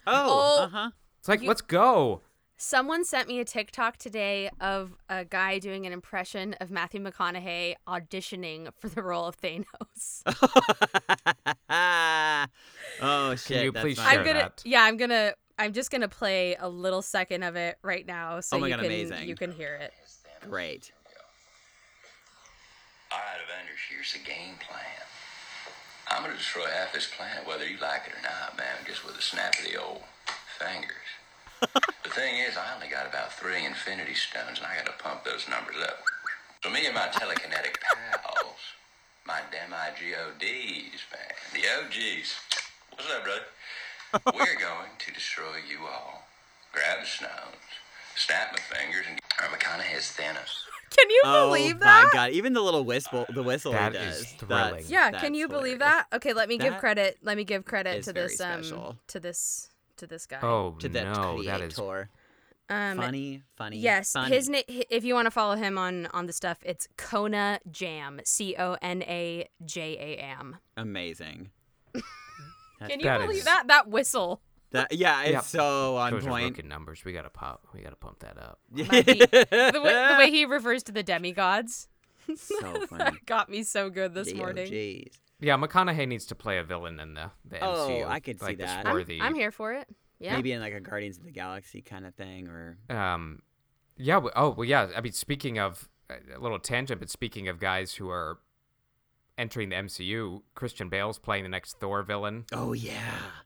C: Oh, uh huh.
A: It's like, let's go.
B: Someone sent me a TikTok today of a guy doing an impression of Matthew McConaughey auditioning for the role of Thanos.
C: oh shit!
A: you
C: that's
A: please
C: fine.
A: share
E: I'm gonna.
A: that.
E: Yeah, I'm gonna. I'm just gonna play a little second of it right now, so
C: Oh my
E: you
C: God,
E: can
C: amazing.
E: you can hear it.
C: Great.
G: All right, Avengers, here's the game plan. I'm going to destroy half this planet, whether you like it or not, man, just with a snap of the old fingers. The thing is, I only got about three infinity stones, and I got to pump those numbers up. So me and my telekinetic pals, my demi-gods, man, the OGs, what's up, brother? We're going to destroy you all. Grab the stones, snap my fingers, and our McConaughey has Thanos.
B: Can you
C: oh
B: believe
C: my
B: that?
C: god! Even the little whistle, the whistle
A: That
C: he does.
A: is
C: that's-
A: thrilling.
B: Yeah,
C: that's
B: can you believe
C: hilarious.
B: that? Okay, let me give
C: That
B: credit. Let me give credit
C: is
B: to
C: very
B: this um
C: special.
B: to this to this guy.
A: Oh
C: To the
A: no,
C: creator.
A: that is
B: um
C: funny, funny.
B: yes,
C: funny.
B: his name if you want to follow him on on the stuff, it's Kona Jam, C O N A J A M.
C: amazing. That's
B: Can you
A: That
B: believe
A: is-
B: that that whistle?
C: That, yeah, it's
A: Yeah.
C: so on
A: those are
C: point.
A: rookie numbers. We gotta pop. We gotta pump that up.
B: Might be- the, way, the way he refers to the demigods
C: so funny.
B: that got me so good this morning.
C: DOGs.
A: Yeah, McConaughey needs to play a villain in the the
C: Oh,
A: MCU.
C: I could see
A: like
C: that.
A: The
C: I'm-
A: swarthy.
B: I'm here for it. Yeah.
C: Maybe in like a Guardians of the Galaxy kind of thing, or
A: Um, yeah. w- Oh, well, yeah. I mean, speaking of uh, a little tangent, but speaking of guys who are entering the MCU, Christian Bale's playing the next Thor villain.
C: oh yeah.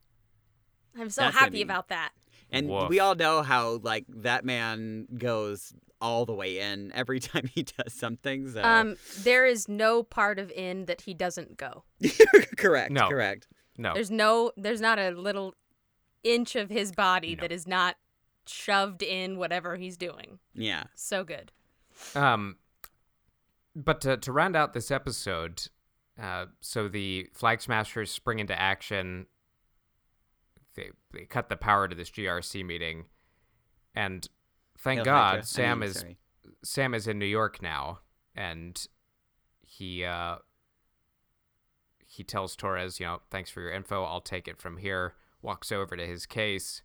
B: I'm so
C: That's gonna
B: happy
C: be-
B: about that.
C: And
A: Woof.
C: we all know how like that man goes all the way in every time he does something. So
B: Um, there is no part of in that he doesn't go.
C: correct,
A: No.
C: correct.
A: No,
B: There's no, there's not a little inch of his body
A: No.
B: that is not shoved in whatever he's doing.
C: Yeah.
B: So good.
A: Um, but to, to round out this episode, uh, so the Flag Smashers spring into action. They, they cut the power to this GRC meeting, and thank
C: Hail
A: God
C: Hydra. I
A: Sam
C: mean,
A: is
C: sorry.
A: Sam is in New York now, and he uh, he tells Torres, you know, thanks for your info. I'll take it from here. Walks over to his case,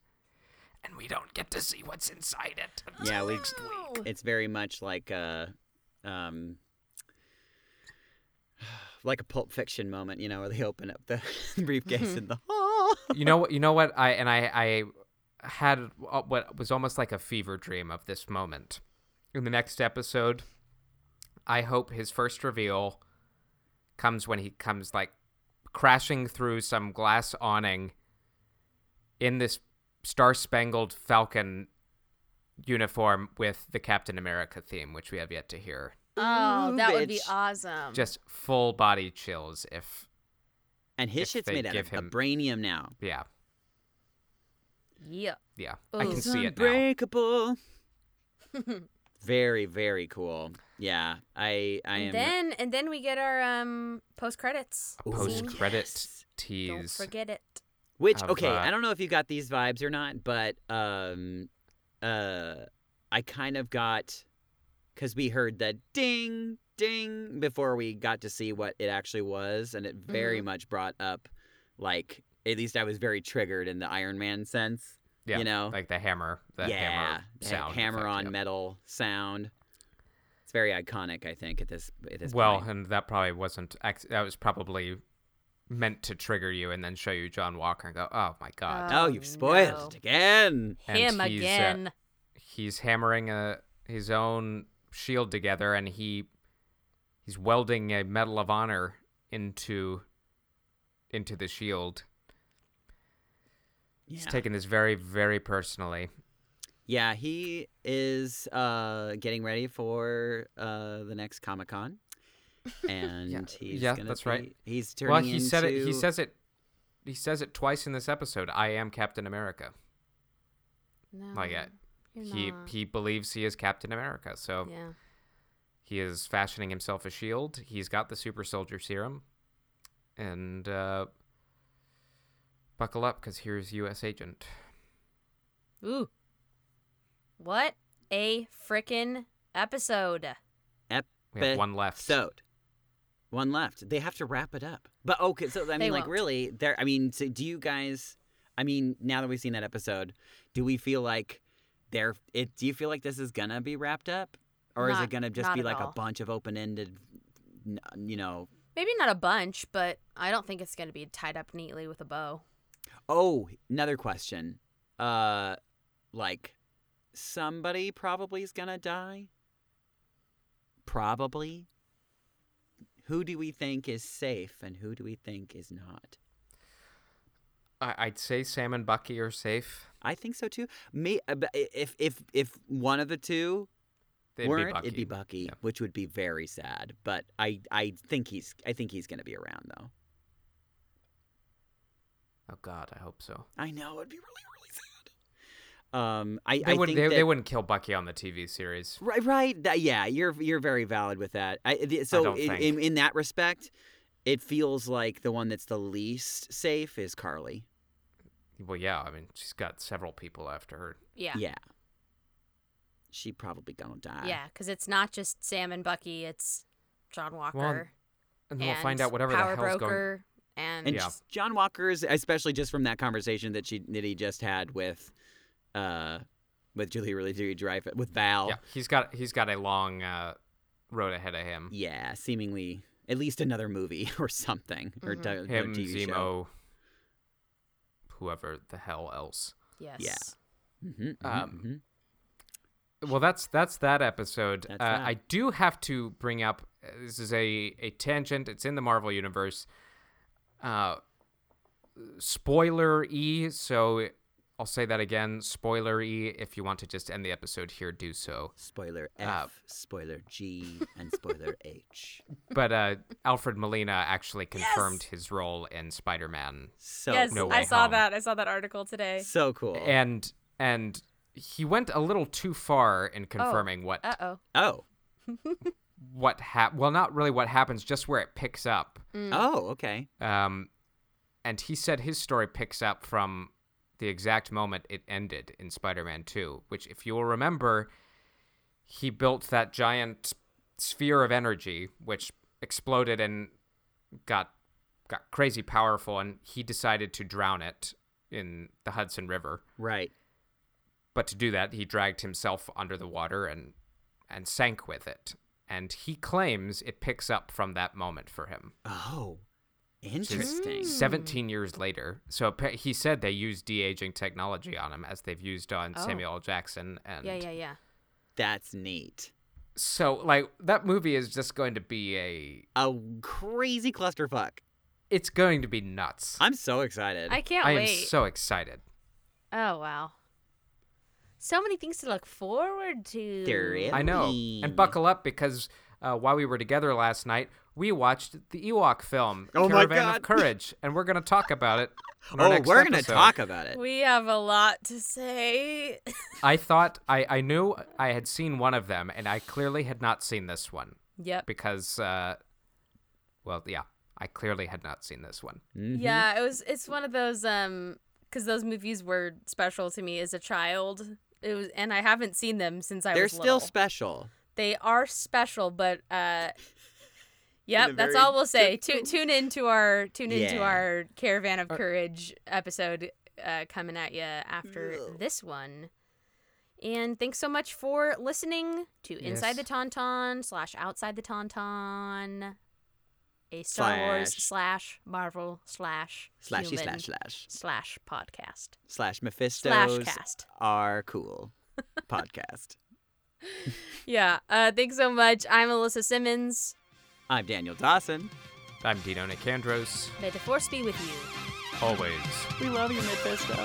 A: and we don't get to see what's inside it. until
C: Yeah, we-
A: next week.
C: It's very much like a, um, like a Pulp Fiction moment, you know, where they open up the briefcase
B: Mm-hmm.
C: in the hall.
A: you know what you know what i and i i had what was almost like a fever dream of this moment in the next episode i hope his first reveal comes when he comes like crashing through some glass awning in this star-spangled falcon uniform with the captain america theme which we have yet to hear
H: Oh,
C: Ooh,
H: that would be
C: bitch.
H: awesome.
A: just full body chills if
C: And his
A: If
C: shit's
A: they
C: made out
A: give
C: of
A: him-
C: vibranium now.
A: yeah
B: Yeah.
A: yeah i
B: Ooh.
A: can
B: It's
A: see it now
C: Unbreakable. very, very cool. Yeah, I, I am.
B: And then, and then we get our um post credits.
A: a post credit
C: Yes.
B: Don't
A: tease.
B: forget it.
C: Which
A: of,
C: okay,
A: uh,
C: I don't know if you got these vibes or not, but um, uh, I kind of got because we heard the ding ding before we got to see what it actually was, and it
B: Mm-hmm.
C: very much brought up like at least I was very triggered in the Iron Man sense.
A: Yeah,
C: you know,
A: like the hammer, the
C: yeah,
A: hammer
C: the
A: sound,
C: hammer
A: effect,
C: on
A: yep.
C: metal sound. It's very iconic, I think, at this at this
A: Well,
C: point.
A: and that probably wasn't. ac- That was probably meant to trigger you and then show you John Walker and go, "Oh my god!"
C: Oh,
B: Oh,
C: you've spoiled it
B: no.
C: again.
A: And
B: Him
A: he's, uh,
B: again.
A: he's hammering a his own shield together, and he he's welding a Medal of Honor into into the shield. He's
C: Yeah.
A: taking this very, very personally.
C: Yeah, he is uh, getting ready for uh, the next Comic Con, and he's
A: yeah,
C: gonna
A: that's right.
C: be- He's turning.
A: Well, he said it. He
C: into-
A: says it. He says it twice in this episode. I am Captain America.
B: No,
A: like it.
B: you're
A: He
B: not.
A: he oh. believes he is Captain America, so
B: Yeah.
A: he is fashioning himself a shield. He's got the super soldier serum, and uh, buckle up because here's U.S. Agent.
B: Ooh. What a frickin' episode.
A: We have one left.
C: So, one left. They have to wrap it up. But okay, so I
B: They
C: mean, like,
B: won't.
C: really, there. I mean, so do you guys? I mean, now that we've seen that episode, do we feel like there? It. Do you feel like this is gonna be wrapped up, or is it
B: Not-
C: gonna just
B: not
C: be
B: at
C: like a
B: all.
C: bunch of open ended? You know.
B: Maybe not a bunch, but I don't think it's going to be tied up neatly with a bow.
C: Oh, another question. Uh, like somebody probably is gonna die. Probably. Who do we think is safe and who do we think is not?
A: I- I'd say Sam and Bucky are safe.
C: I think so too. Me, uh, but i- if if if one of the two
A: It'd be
C: weren't, it'd be
A: Bucky.
C: Bucky,
A: Yeah.
C: which would be very sad. But I I think he's I think he's gonna be around though.
A: Oh God, I hope so.
C: I know it'd be really really sad. Um, I
A: They
C: I
A: wouldn't.
C: think
A: They,
C: that,
A: they wouldn't kill Bucky on the TV series.
C: Right, right. That, yeah, you're you're very valid with that. I, the, so
A: don't
C: in,
A: think.
C: in in that respect, it feels like the one that's the least safe is Carly.
A: Well, yeah. I mean, she's got several people after her.
B: Yeah.
C: Yeah. She probably gonna die.
B: Yeah, because it's not just Sam and Bucky, it's John Walker.
A: And
B: and
A: then we'll find out whatever the
B: Power
A: hell's going.
B: Broker and,
C: And
A: Yeah.
C: just- John Walker's, especially just from that conversation that she that he just had with, uh, with Julie really Julie Dreyfus with Val.
A: Yeah, he's got he's got a long uh, road ahead of him.
C: Yeah, seemingly at least another movie or something or, t-
B: Mm-hmm.
C: or
A: Him,
C: TV
A: Zemo,
C: show.
A: whoever the hell else.
B: yes.
C: Mhm, mhm,
A: Um,
C: mhm.
A: Well, that's that's that episode.
C: That's
A: uh,
C: that.
A: I do have to bring up. uh, This is a a tangent. It's in the Marvel universe. Uh, spoiler e. So I'll say that again. Spoiler e. If you want to just end the episode here, do so.
C: Spoiler F,
A: uh,
C: spoiler G, and spoiler H.
A: But uh, Alfred Molina actually confirmed his role in Spider Man
C: So
B: yes,
A: No
B: I
A: Way
B: saw
A: Home.
B: that. I saw that article today.
C: So cool.
A: and and he went a little too far in confirming what
B: Uh oh.
C: oh.
A: what hap- well not really what happens just where it picks up
C: Oh, okay.
A: um and he said his story picks up from the exact moment it ended in spider-man 2 which if you'll remember he built that giant sphere of energy which exploded and got got crazy powerful and he decided to drown it in the hudson river
C: Right.
A: But to do that, he dragged himself under the water and and sank with it. And he claims it picks up from that moment for him.
C: Oh.
A: which is
C: Interesting.
A: 17 years later. So appa- he said they used de-aging technology on him as they've used on
B: Oh.
A: Samuel L. Jackson and
B: Yeah, yeah, yeah.
C: That's neat.
A: So like that movie is just going to be a
C: A crazy clusterfuck.
A: it's going to be nuts.
C: I'm so excited.
B: I can't
A: I am
B: wait.
A: so excited.
B: oh wow. So many things to look forward to.
C: There is.
A: I know.
C: Really?
A: And buckle up because uh, while we were together last night, we watched the Ewok film,
C: Oh my
A: Caravan
C: God.
A: of Courage, and we're going to talk about it. on our
C: oh,
A: next
C: we're gonna
A: episode.
C: talk about it.
B: We have a lot to say.
A: I thought I, I knew I had seen one of them, and I clearly had not seen this one
B: yep.
A: because, uh, well, yeah, I clearly had not seen this one.
C: Mhm.
B: Yeah, it was it's one of those um cuz those movies were special to me as a child. It was and I haven't seen them since I
C: They're
B: was
C: still
B: little.
C: special.
B: they are special, but uh Yep, that's
C: very
B: all we'll say. Tu- tune into our tune into
C: Yeah.
B: our Caravan of Courage episode uh, coming at you after this one. And thanks so much for listening to Inside the
A: Yes.
B: Tauntaun slash Outside the Tauntaun, a Star Wars
C: Slash.
B: slash Marvel slash
C: Slashy
B: human
C: slash slash
B: slash podcast slash
C: slash Mephistos
B: cast.
C: are cool podcast.
B: Yeah, uh, thanks so much. I'm Alyssa Simmons.
C: I'm Daniel Dawson.
A: I'm Dino Nicandros.
B: May the force be with you.
A: Always.
C: We love you, Mephisto.